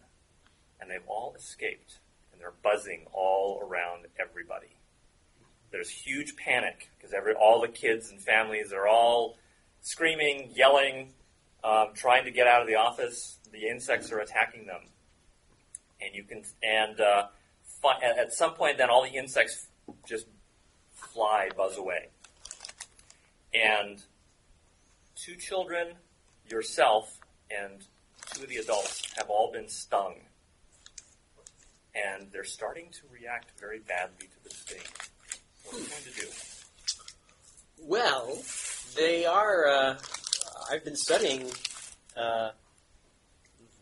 [SPEAKER 2] and they've all escaped, and they're buzzing all around everybody. There's huge panic because every all the kids and families are all screaming, yelling, um, trying to get out of the office. The insects are attacking them, and you can and uh, fi- at, at some point, then all the insects just fly, buzz away, and two children, yourself, and two of the adults have all been stung, and they're starting to react very badly to the sting. What are you going to do?
[SPEAKER 5] Well, they are. Uh, I've been studying uh,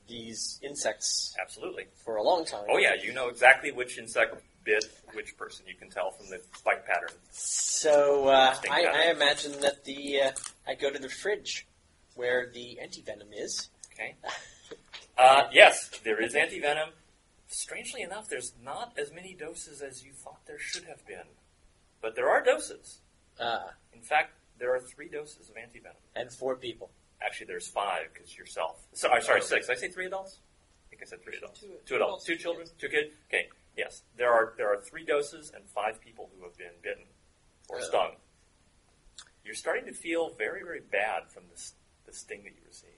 [SPEAKER 5] these insects
[SPEAKER 2] Absolutely.
[SPEAKER 5] for a long time.
[SPEAKER 2] Oh yeah, you know exactly which insect bit which person. You can tell from the bite pattern.
[SPEAKER 5] So uh,
[SPEAKER 2] Interesting
[SPEAKER 5] I, I
[SPEAKER 2] pattern.
[SPEAKER 5] imagine that the uh, I go to the fridge where the anti venom is.
[SPEAKER 2] Okay. Uh, yes, there is antivenom. Strangely enough, there's not as many doses as you thought there should have been, but there are doses.
[SPEAKER 5] Uh,
[SPEAKER 2] In fact, there are three doses of antivenom.
[SPEAKER 5] and four people.
[SPEAKER 2] Actually, there's five because yourself. So, I'm sorry, six. Did I say three adults. I think I said three adults.
[SPEAKER 11] Two-
[SPEAKER 2] Two adults, two children, two kids. Okay. Yes, there are there are three doses and five people who have been bitten or
[SPEAKER 5] Oh.
[SPEAKER 2] stung. You're starting to feel very very bad from this the sting that you received.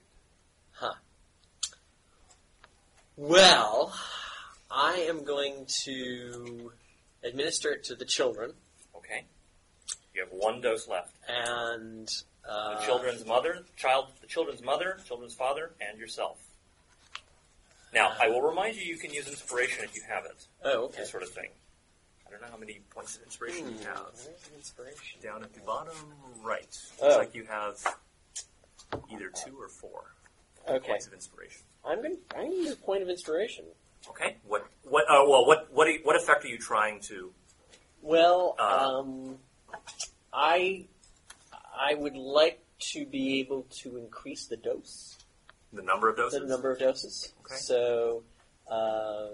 [SPEAKER 5] Well, I am going to administer it to the children,
[SPEAKER 2] Okay. You have one dose left.
[SPEAKER 5] and uh,
[SPEAKER 2] the children's mother, child, the children's mother, children's father, and yourself. Now, I will remind you, you can use inspiration if you have it.
[SPEAKER 5] Oh, okay.
[SPEAKER 2] This sort of thing. I don't know how many points of inspiration you
[SPEAKER 5] Hmm,
[SPEAKER 2] have.
[SPEAKER 5] where's the inspiration?
[SPEAKER 2] Down at the bottom right. Looks
[SPEAKER 5] Oh.
[SPEAKER 2] like you have either two or four
[SPEAKER 5] Okay.
[SPEAKER 2] points of inspiration.
[SPEAKER 5] I'm going to I'm gonna use a point of inspiration.
[SPEAKER 2] Okay. What? What? Uh, well, what? What? are you- What effect are you trying to?
[SPEAKER 5] Well,
[SPEAKER 2] Uh.
[SPEAKER 5] um, I I would like to be able to increase the dose,
[SPEAKER 2] The number of doses.
[SPEAKER 5] the number of doses.
[SPEAKER 2] Okay.
[SPEAKER 5] So, uh,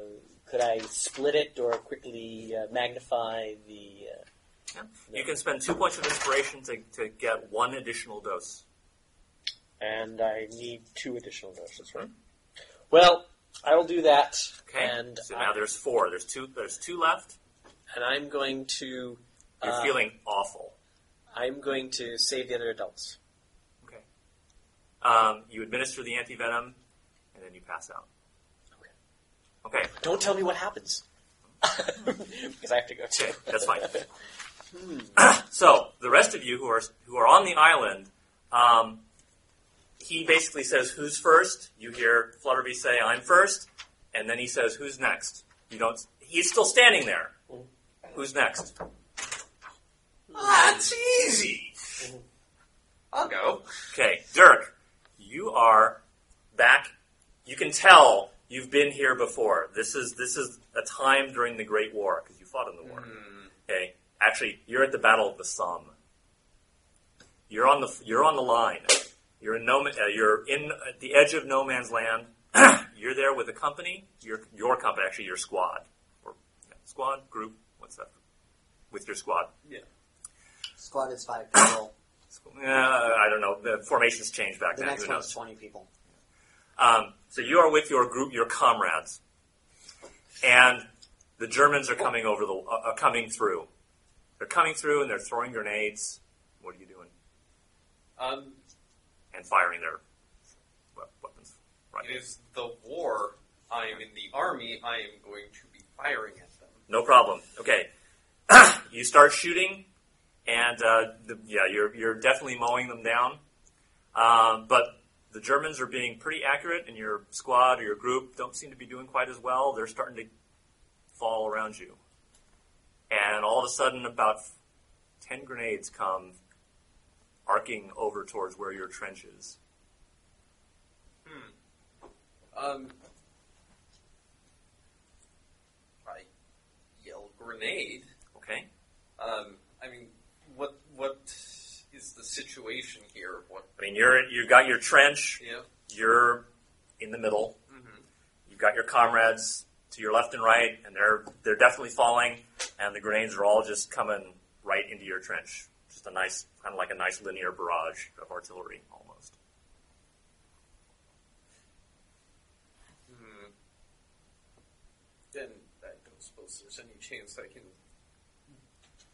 [SPEAKER 5] could I split it or quickly uh, magnify the? Uh,
[SPEAKER 2] Yeah. You can spend two points of inspiration to, to get one additional dose.
[SPEAKER 5] and I need two additional doses, right? Well, I will do that.
[SPEAKER 2] Okay.
[SPEAKER 5] And
[SPEAKER 2] so
[SPEAKER 5] I,
[SPEAKER 2] now there's four. There's two. There's two left.
[SPEAKER 5] and I'm going to.
[SPEAKER 2] You're
[SPEAKER 5] uh,
[SPEAKER 2] feeling awful.
[SPEAKER 5] I'm going to save the other adults.
[SPEAKER 2] Okay. Um, you administer the antivenom, and then you pass out. Okay. Okay.
[SPEAKER 5] Don't tell me what happens. because I have to go too.
[SPEAKER 2] That's fine. so the rest of you who are who are on the island, um, he basically says, "Who's first? You hear Flutterby say, "I'm first," and then he says, "Who's next?" You don't. He's still standing there. Who's next?
[SPEAKER 8] That's easy. I'll go.
[SPEAKER 2] Okay, Dirk, you are back. You can tell you've been here before. This is this is a time during the Great War because you fought in the war.
[SPEAKER 3] Mm-hmm.
[SPEAKER 2] Okay, actually, you're at the Battle of the Somme. You're on the you're on the line. You're in no ma- uh, you're in at the edge of no man's land. you're there with a company, your your company actually your squad or yeah, squad group. What's that? With your squad.
[SPEAKER 3] Squad is five people.
[SPEAKER 2] Uh, I don't know. The formations changed back
[SPEAKER 3] The
[SPEAKER 2] then.
[SPEAKER 3] next
[SPEAKER 2] Who
[SPEAKER 3] one
[SPEAKER 2] knows?
[SPEAKER 3] is twenty people.
[SPEAKER 2] Um, so you are with your group, your comrades, and the Germans are coming over the uh, are coming through. They're coming through and they're throwing grenades. What are you doing?
[SPEAKER 10] Um,
[SPEAKER 2] And firing their we- weapons. Right.
[SPEAKER 10] it is the war. I am in the army. I am going to be firing at them.
[SPEAKER 2] No problem. Okay. you start shooting, and uh, the, yeah, you're, you're definitely mowing them down. Um, but the Germans are being pretty accurate, and your squad or your group don't seem to be doing quite as well. They're starting to fall around you. And all of a sudden, about 10 grenades come arcing over towards where your trench is.
[SPEAKER 10] Um, I yell grenade.
[SPEAKER 2] Okay?
[SPEAKER 10] Um, I mean, what what is the situation here? What?
[SPEAKER 2] I mean, you're, you've got your trench,
[SPEAKER 10] Yeah.
[SPEAKER 2] you're in the middle.
[SPEAKER 10] Mm-hmm.
[SPEAKER 2] You've got your comrades to your left and right, and they're they're definitely falling, and the grenades are all just coming right into your trench. Just a nice, kind of like a nice linear barrage of artillery, almost.
[SPEAKER 10] Hmm. Then I don't suppose there's any chance I can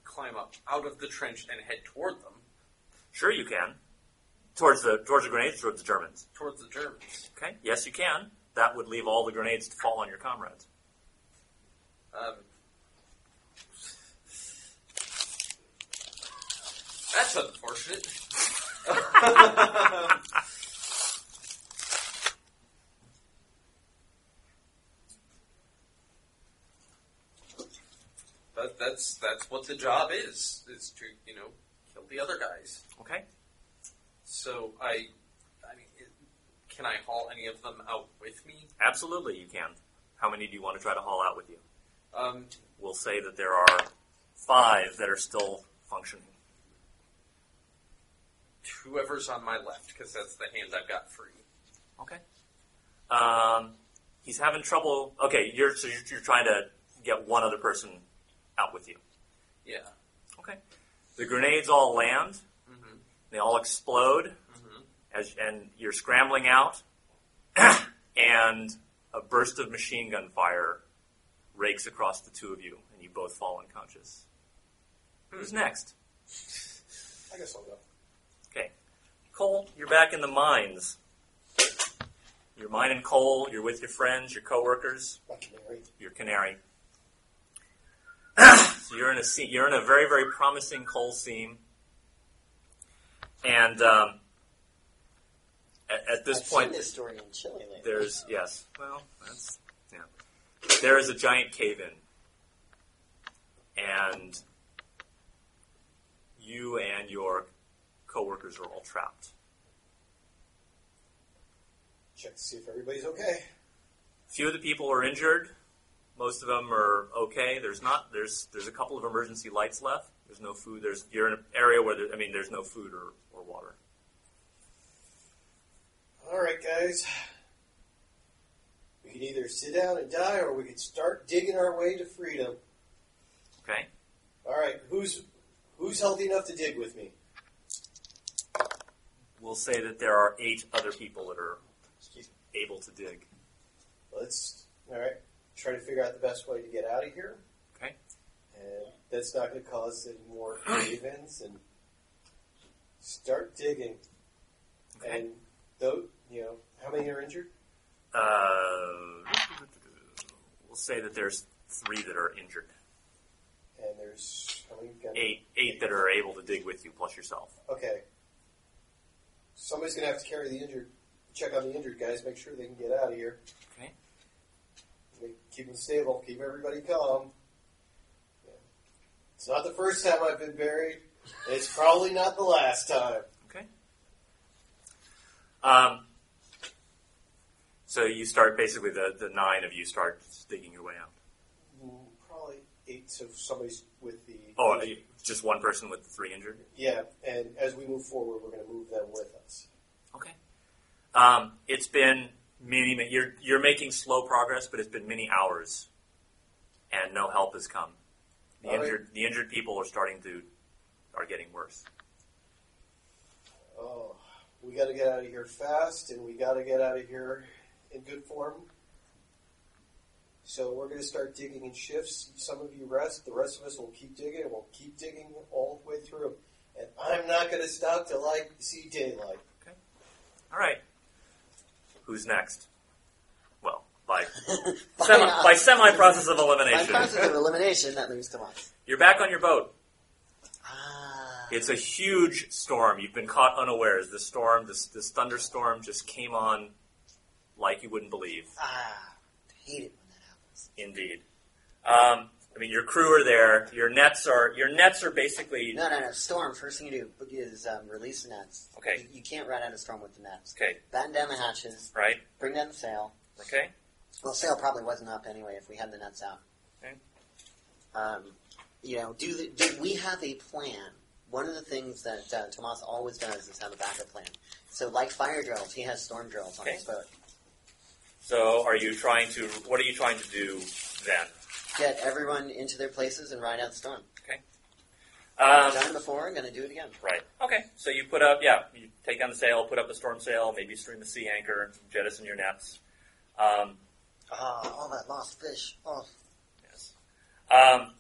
[SPEAKER 10] climb up out of the trench and head toward them,
[SPEAKER 2] Sure, you can. Towards the towards the grenades, towards the Germans.
[SPEAKER 10] towards the Germans.
[SPEAKER 2] Okay, yes, you can. That would leave all the grenades to fall on your comrades.
[SPEAKER 10] Um, that's unfortunate. That, that's that's what the job is is to you know kill the other guys.
[SPEAKER 2] Okay,
[SPEAKER 10] So I, I mean, it, can I haul any of them out with me?
[SPEAKER 2] absolutely, you can. How many do you want to try to haul out with you?
[SPEAKER 10] Um,
[SPEAKER 2] We'll say that there are five that are still functioning.
[SPEAKER 10] whoever's on my left, because that's the hand I've got free.
[SPEAKER 2] Okay. Um, he's having trouble. Okay, you're so you're, you're trying to get one other person out with you.
[SPEAKER 10] Yeah.
[SPEAKER 2] Okay. The grenades all land.
[SPEAKER 10] Mhm.
[SPEAKER 2] They all explode,
[SPEAKER 10] Mhm.
[SPEAKER 2] as and you're scrambling out, and a burst of machine gun fire rakes across the two of you, and you both fall unconscious. Who's next?
[SPEAKER 7] I guess I'll go.
[SPEAKER 2] Okay. Cole, you're back in the mines. You're mine and Cole. You're with your friends, your coworkers.
[SPEAKER 7] My canary.
[SPEAKER 2] your canary. so you're in a se- you're in a very very promising coal seam, And um, at, at this
[SPEAKER 3] I've
[SPEAKER 2] point,
[SPEAKER 3] seen this story in Chile lately.
[SPEAKER 2] there's yes. Well, that's yeah. There is a giant cave in, and you and your coworkers are all trapped.
[SPEAKER 7] Check to see if everybody's okay.
[SPEAKER 2] Few of the people are injured. Most of them are okay. There's not. There's there's a couple of emergency lights left. There's no food. There's you're in an area where there, I mean there's no food or, or water.
[SPEAKER 7] All right, guys. We can either sit down and die, or we can start digging our way to freedom.
[SPEAKER 2] Okay.
[SPEAKER 7] All right, who's who's healthy enough to dig with me?
[SPEAKER 2] We'll say that there are eight other people that are able to dig.
[SPEAKER 7] Let's all right. Try to figure out the best way to get out of here.
[SPEAKER 2] Okay.
[SPEAKER 7] And that's not going to cause any more cave-ins. And start digging.
[SPEAKER 2] Okay.
[SPEAKER 7] And though you know, how many are injured?
[SPEAKER 2] Uh, we'll say that there's three that are injured.
[SPEAKER 7] And there's how many? Got
[SPEAKER 2] Eight eight that are able to dig with you plus yourself.
[SPEAKER 7] Okay. Somebody's going to have to carry the injured. Check on the injured guys. Make sure they can get out of here.
[SPEAKER 2] Okay.
[SPEAKER 7] Make- Keep them stable. Keep everybody calm. Yeah. It's not the first time I've been buried. It's probably not the last time.
[SPEAKER 2] Okay. Um, so you start basically the, the nine of you start digging your way out.
[SPEAKER 7] Mm, Probably eight. So somebody's with the.
[SPEAKER 2] Oh, uh, you- just one person with three injured.
[SPEAKER 7] Yeah, and as we move forward, we're going to move them with us.
[SPEAKER 2] Okay. Um, it's been many. ma- You're you're making slow progress, but it's been many hours, and no help has come. The
[SPEAKER 7] All right.
[SPEAKER 2] injured the injured people are starting to are getting worse.
[SPEAKER 7] Oh, we got to get out of here fast, and we got to get out of here in good form. So we're going to start digging in shifts. Some of you rest. The rest of us will keep digging. and We'll keep digging all the way through. And I'm not going to stop till I see daylight.
[SPEAKER 2] All right. Who's next? Well, by
[SPEAKER 3] By,
[SPEAKER 2] semi,
[SPEAKER 3] uh,
[SPEAKER 2] by semi process of
[SPEAKER 3] By
[SPEAKER 2] elimination,
[SPEAKER 3] process of elimination, that leaves Tomas.
[SPEAKER 2] you're back on your boat.
[SPEAKER 3] Ah.
[SPEAKER 2] It's a huge storm. You've been caught unawares. This storm, this this thunderstorm, just came on like you wouldn't believe.
[SPEAKER 3] Ah. Hate it when that happens.
[SPEAKER 2] Indeed. Um, I mean, your crew are there. Your nets are your nets are basically
[SPEAKER 3] No, no, no. Storm. First thing you do is um, release the nets.
[SPEAKER 2] okay.
[SPEAKER 3] You, you can't run out of storm with the nets.
[SPEAKER 2] Okay,
[SPEAKER 3] Batten down the hatches.
[SPEAKER 2] right?
[SPEAKER 3] Bring down the sail.
[SPEAKER 2] Okay.
[SPEAKER 3] Well, sail probably wasn't up anyway if we had the nets out.
[SPEAKER 2] Okay.
[SPEAKER 3] Um, you know, do, the, do we have a plan? One of the things that uh, Tomas always does is have a backup plan. So, like fire drills, he has storm drills on his boat.
[SPEAKER 2] So, are you trying to? What are you trying to do then?
[SPEAKER 3] Get everyone into their places and ride out the storm.
[SPEAKER 2] Um,
[SPEAKER 3] Done before, I'm going to do it again.
[SPEAKER 2] right. Okay. So you put up, yeah, you take down the sail, put up a storm sail, maybe stream a sea anchor, jettison your nets. Um,
[SPEAKER 3] Ah, all that lost fish. Oh,
[SPEAKER 2] Yes. Um,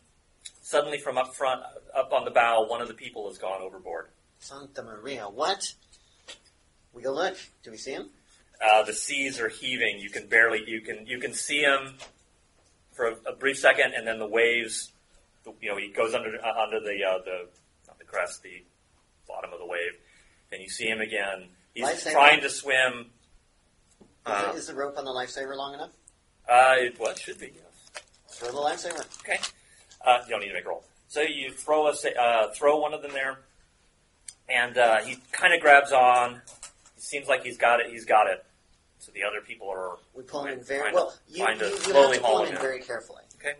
[SPEAKER 2] suddenly, from up front, up on the bow, one of the people has gone overboard.
[SPEAKER 3] Santa Maria. What? We go look. Do we see him?
[SPEAKER 2] Uh, the seas are heaving. You can barely you can you can see him for a, a brief second, and then the waves. You know, he goes under uh, under the uh, the not the crest, the bottom of the wave. Then you see him again. He's
[SPEAKER 3] Lifesaver.
[SPEAKER 2] trying to swim.
[SPEAKER 3] Is,
[SPEAKER 2] Uh,
[SPEAKER 3] it- is the rope on the lifesaver long enough?
[SPEAKER 2] uh, it, well, it should be. Yes.
[SPEAKER 3] Throw the lifesaver.
[SPEAKER 2] Okay. Uh, you don't need to make a roll. So you throw a, sa- uh, throw one of them there, and uh, he kind of grabs on. It seems like he's got it. He's got it. So the other people are
[SPEAKER 3] We pull him in
[SPEAKER 2] Find-
[SPEAKER 3] very
[SPEAKER 2] find
[SPEAKER 3] well.
[SPEAKER 2] a-
[SPEAKER 3] You, you,
[SPEAKER 2] find a
[SPEAKER 3] you have
[SPEAKER 2] slowly
[SPEAKER 3] to pull
[SPEAKER 2] haul
[SPEAKER 3] him in
[SPEAKER 2] him.
[SPEAKER 3] very carefully.
[SPEAKER 2] okay.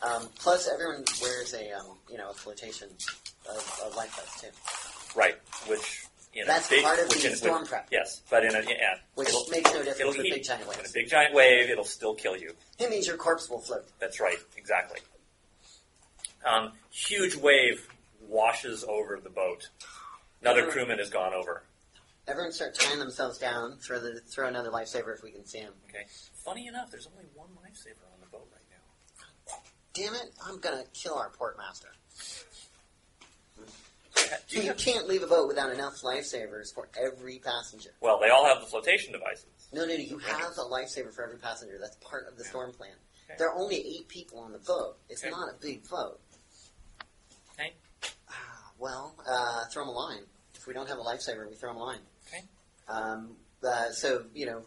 [SPEAKER 3] Um, plus, everyone wears a um, you know a flotation of, of life vest too,
[SPEAKER 2] Right, which you know,
[SPEAKER 3] That's
[SPEAKER 2] big,
[SPEAKER 3] part of
[SPEAKER 2] which
[SPEAKER 3] the
[SPEAKER 2] in,
[SPEAKER 3] storm
[SPEAKER 2] with,
[SPEAKER 3] prep.
[SPEAKER 2] Yes, but in a yeah,
[SPEAKER 3] which
[SPEAKER 2] it'll,
[SPEAKER 3] makes no
[SPEAKER 2] it'll
[SPEAKER 3] difference with
[SPEAKER 2] heat.
[SPEAKER 3] big giant
[SPEAKER 2] in a
[SPEAKER 3] waves.
[SPEAKER 2] big giant wave, it'll still kill you.
[SPEAKER 3] It means your corpse will float.
[SPEAKER 2] That's right, exactly. Um, huge wave washes over the boat. Another
[SPEAKER 3] Hmm.
[SPEAKER 2] crewman has gone over.
[SPEAKER 3] Everyone start tying themselves down. Throw the throw another lifesaver if we can see him.
[SPEAKER 2] Okay. Funny enough, there's only one lifesaver on the boat right now.
[SPEAKER 3] Damn it! I'm gonna kill our port master.
[SPEAKER 2] Do you
[SPEAKER 3] You
[SPEAKER 2] have-
[SPEAKER 3] can't leave a boat without enough lifesavers for every passenger.
[SPEAKER 2] well, they all have the flotation devices.
[SPEAKER 3] No, no, you
[SPEAKER 2] Right.
[SPEAKER 3] have a lifesaver for every passenger. That's part of the storm plan.
[SPEAKER 2] Okay.
[SPEAKER 3] There are only eight people on the boat. It's
[SPEAKER 2] Okay.
[SPEAKER 3] not a big boat.
[SPEAKER 2] Okay.
[SPEAKER 3] Ah, well, uh, throw them a line. If we don't have a lifesaver, we throw them a line.
[SPEAKER 1] Okay.
[SPEAKER 3] Um, uh, so, you know,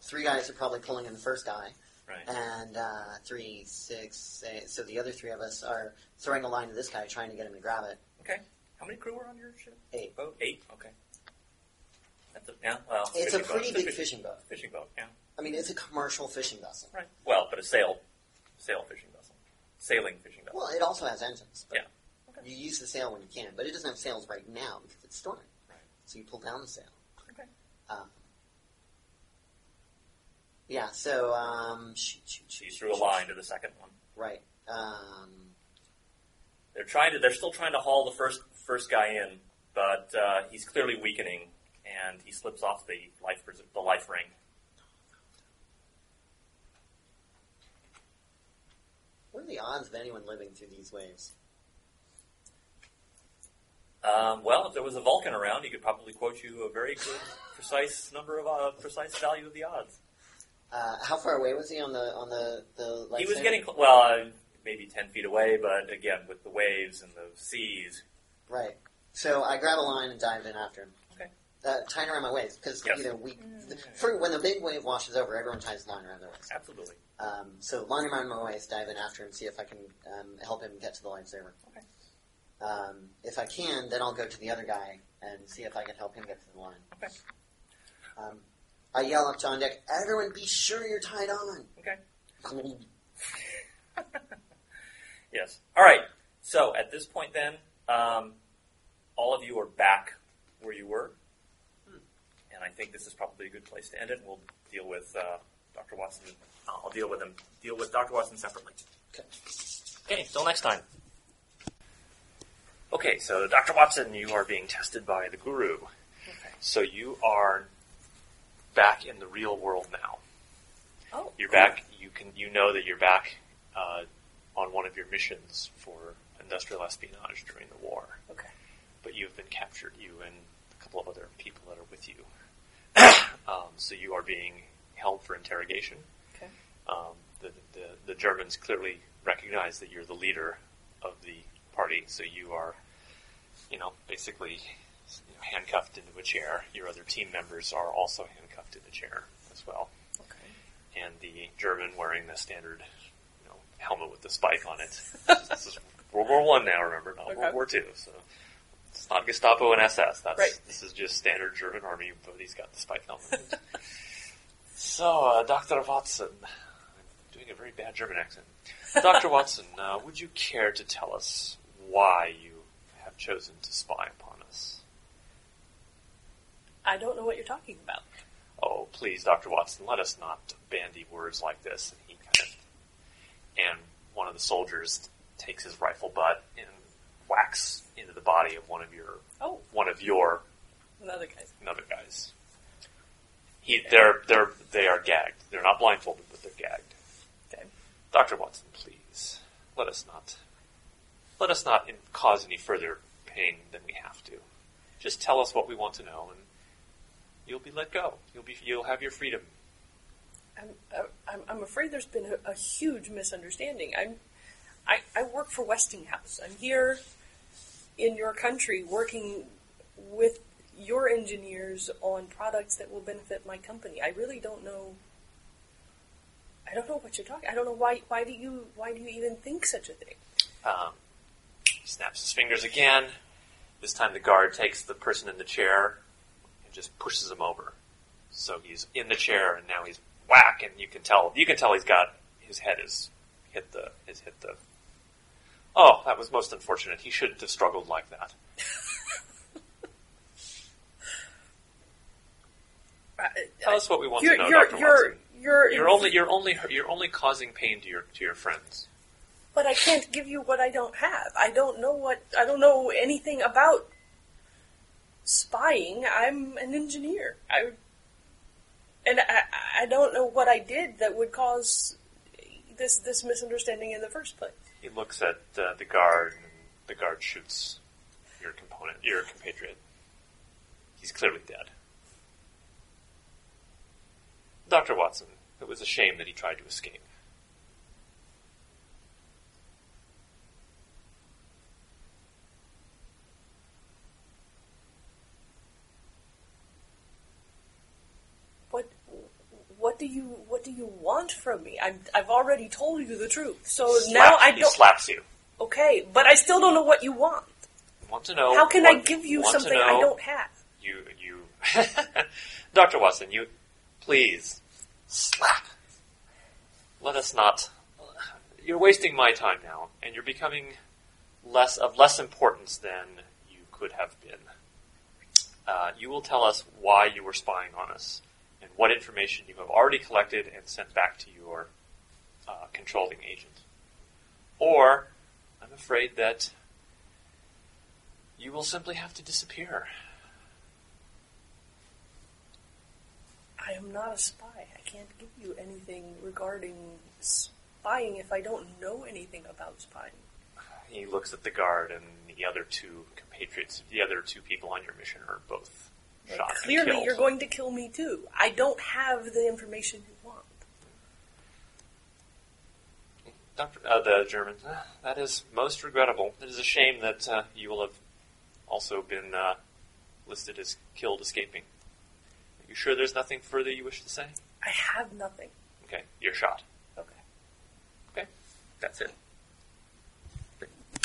[SPEAKER 3] three guys are probably pulling in the first guy.
[SPEAKER 2] Right.
[SPEAKER 3] And uh, three, six, eight, so the other three of us are throwing a line to this guy, trying to get him to grab it.
[SPEAKER 2] Okay. How many crew were on your ship?
[SPEAKER 3] Eight.
[SPEAKER 2] Boat? Eight? Okay. That's a, yeah, well.
[SPEAKER 3] It's
[SPEAKER 2] fishing
[SPEAKER 3] a
[SPEAKER 2] boat.
[SPEAKER 3] pretty big
[SPEAKER 2] fish-
[SPEAKER 3] fishing boat.
[SPEAKER 2] Fishing boat, yeah.
[SPEAKER 3] I mean, it's a commercial fishing vessel.
[SPEAKER 2] Right. Well, but a sail, sail fishing vessel. Sailing fishing vessel.
[SPEAKER 3] Well, it also has engines. But
[SPEAKER 2] Yeah.
[SPEAKER 3] You use the sail when you can, but it doesn't have sails right now because it's storming.
[SPEAKER 2] Right.
[SPEAKER 3] So you pull down the sail.
[SPEAKER 2] Okay.
[SPEAKER 3] Um, yeah, so, um, shoot, shoot,
[SPEAKER 2] So
[SPEAKER 3] shoot.
[SPEAKER 2] you threw a line to the second one.
[SPEAKER 3] Right. Um,
[SPEAKER 2] They're trying to. They're still trying to haul the first first guy in, but uh, he's clearly weakening, and he slips off the life pres- the life ring.
[SPEAKER 3] what are the odds of anyone living through these waves?
[SPEAKER 2] Um, well, if there was a Vulcan around, he could probably quote you a very good, precise number of uh, precise value of the odds.
[SPEAKER 3] Uh, how far away was he on the on the the?
[SPEAKER 2] he was
[SPEAKER 3] lightsaber?
[SPEAKER 2] getting cl- well, uh, maybe ten feet away, but again, with the waves and the seas,
[SPEAKER 3] right. So I grab a line and dive in after him.
[SPEAKER 2] Okay. Mm.
[SPEAKER 3] Uh, tying around my waist because
[SPEAKER 2] Yes.
[SPEAKER 3] you know we the, for, when the big wave washes over, everyone ties a line around their waist.
[SPEAKER 2] absolutely.
[SPEAKER 3] Um, so line around my waist, dive in after him, see if I can um, help him get to the lightsaber.
[SPEAKER 2] Okay.
[SPEAKER 3] Um, if I can, then I'll go to the other guy and see if I can help him get to the line.
[SPEAKER 2] Okay.
[SPEAKER 3] Um, I yell up to on deck, everyone be sure you're tied on.
[SPEAKER 2] Okay.
[SPEAKER 3] Glug.
[SPEAKER 2] Yes. All right. So at this point, then, um, all of you are back where you were, and I think this is probably a good place to end it. We'll deal with uh, Dr. Watson. I'll deal with him. Deal with Dr. Watson separately.
[SPEAKER 3] Okay.
[SPEAKER 2] Okay. Till next time. Okay. So Dr. Watson, you are being tested by the Guru. So you are back in the real world now.
[SPEAKER 4] Oh.
[SPEAKER 2] You're back. You can. You know that you're back. Uh, on one of your missions for industrial espionage during the war.
[SPEAKER 4] Okay.
[SPEAKER 2] But you've been captured, you and a couple of other people that are with you. um, so you are being held for interrogation.
[SPEAKER 4] Okay.
[SPEAKER 2] Um, the, the, the Germans clearly recognize that you're the leader of the party, so you are, you know, basically you know, handcuffed into a chair. Your other team members are also handcuffed to the chair as well
[SPEAKER 4] Okay.
[SPEAKER 2] and the German wearing the standard you know, helmet with the spike on it. this is World War One now, remember, not
[SPEAKER 4] Okay.
[SPEAKER 2] World War Two. So it's not Gestapo and SS. That's
[SPEAKER 4] Right.
[SPEAKER 2] this is just standard German army, but he's got the spike helmet. so, uh, Doctor Watson, I'm doing a very bad German accent. Doctor Watson, uh, would you care to tell us why you have chosen to spy upon us?
[SPEAKER 4] I don't know what you're talking about.
[SPEAKER 2] oh, please, Dr. Watson, let us not bandy words like this. And he kind of, and one of the soldiers takes his rifle butt and whacks into the body of one of your,
[SPEAKER 4] Oh.
[SPEAKER 2] one of your
[SPEAKER 4] Another guy's.
[SPEAKER 2] another guys. He, they're, they're, they are gagged. They're not blindfolded, but they're gagged.
[SPEAKER 4] Okay.
[SPEAKER 2] Dr. Watson, please, let us not, let us not in, cause any further pain than we have to. Just tell us what we want to know, and you'll be let go. You'll be, you'll have your freedom.
[SPEAKER 4] I'm, I'm, I'm afraid there's been a, a huge misunderstanding. I'm, I, I work for Westinghouse. I'm here in your country working with your engineers on products that will benefit my company. I really don't know. I don't know what you're talking. I don't know why. Why do you? Why do you even think such a thing?
[SPEAKER 2] Um, snaps his fingers again. This time the guard takes the person in the chair and just pushes him over. So he's in the chair and now he's whack, and you can tell you can tell he's got his head is hit the has hit the. Oh, that was most unfortunate. He shouldn't have struggled like that.
[SPEAKER 4] I-
[SPEAKER 2] Tell us what we want
[SPEAKER 4] Uh, you're,
[SPEAKER 2] to know,
[SPEAKER 4] you're,
[SPEAKER 2] Doctor
[SPEAKER 4] you're,
[SPEAKER 2] Watson.
[SPEAKER 4] you're,
[SPEAKER 2] You're only you're only you're only causing pain to your to your friends.
[SPEAKER 4] But I can't give you what I don't have. I don't know what I don't know anything about spying. I'm an engineer. I and I, I don't know what I did that would cause this this misunderstanding in the first place.
[SPEAKER 2] He looks at uh, the guard, and the guard shoots your component, your compatriot. He's clearly dead. Dr. Watson, it was a shame that he tried to escape.
[SPEAKER 4] what do you what do you want from me? I'm, I've already told you the truth. So now
[SPEAKER 13] Slaps-
[SPEAKER 4] I
[SPEAKER 13] he
[SPEAKER 4] don't.
[SPEAKER 13] slaps you.
[SPEAKER 4] Okay, but I still don't know what you want.
[SPEAKER 13] Want to know?
[SPEAKER 4] How can I
[SPEAKER 13] want-
[SPEAKER 4] give you
[SPEAKER 13] want to
[SPEAKER 4] something I
[SPEAKER 13] know-
[SPEAKER 4] don't have?
[SPEAKER 13] You, you, Doctor Watson, you, please slap. Let us not. You're wasting my time now, and you're becoming less of less importance than you could have been. Uh, you will tell us why you were spying on us and what information you have already collected and sent back to your uh, controlling agent. Or, I'm afraid that you will simply have to disappear.
[SPEAKER 4] I am not a spy. I can't give you anything regarding spying if I don't know anything about spying.
[SPEAKER 13] He looks at the guard and the other two compatriots, the other two people on your mission are both shot. and
[SPEAKER 4] Clearly,
[SPEAKER 13] killed.
[SPEAKER 4] you're going to kill me too. I don't have the information you want.
[SPEAKER 13] Doctor, uh, the German. "Uh, That is most regrettable. It is a shame that uh, you will have also been uh, listed as killed escaping. Are you sure there's nothing further you wish to say?
[SPEAKER 4] I have nothing.
[SPEAKER 13] Okay, you're shot.
[SPEAKER 4] Okay.
[SPEAKER 13] Okay, that's it.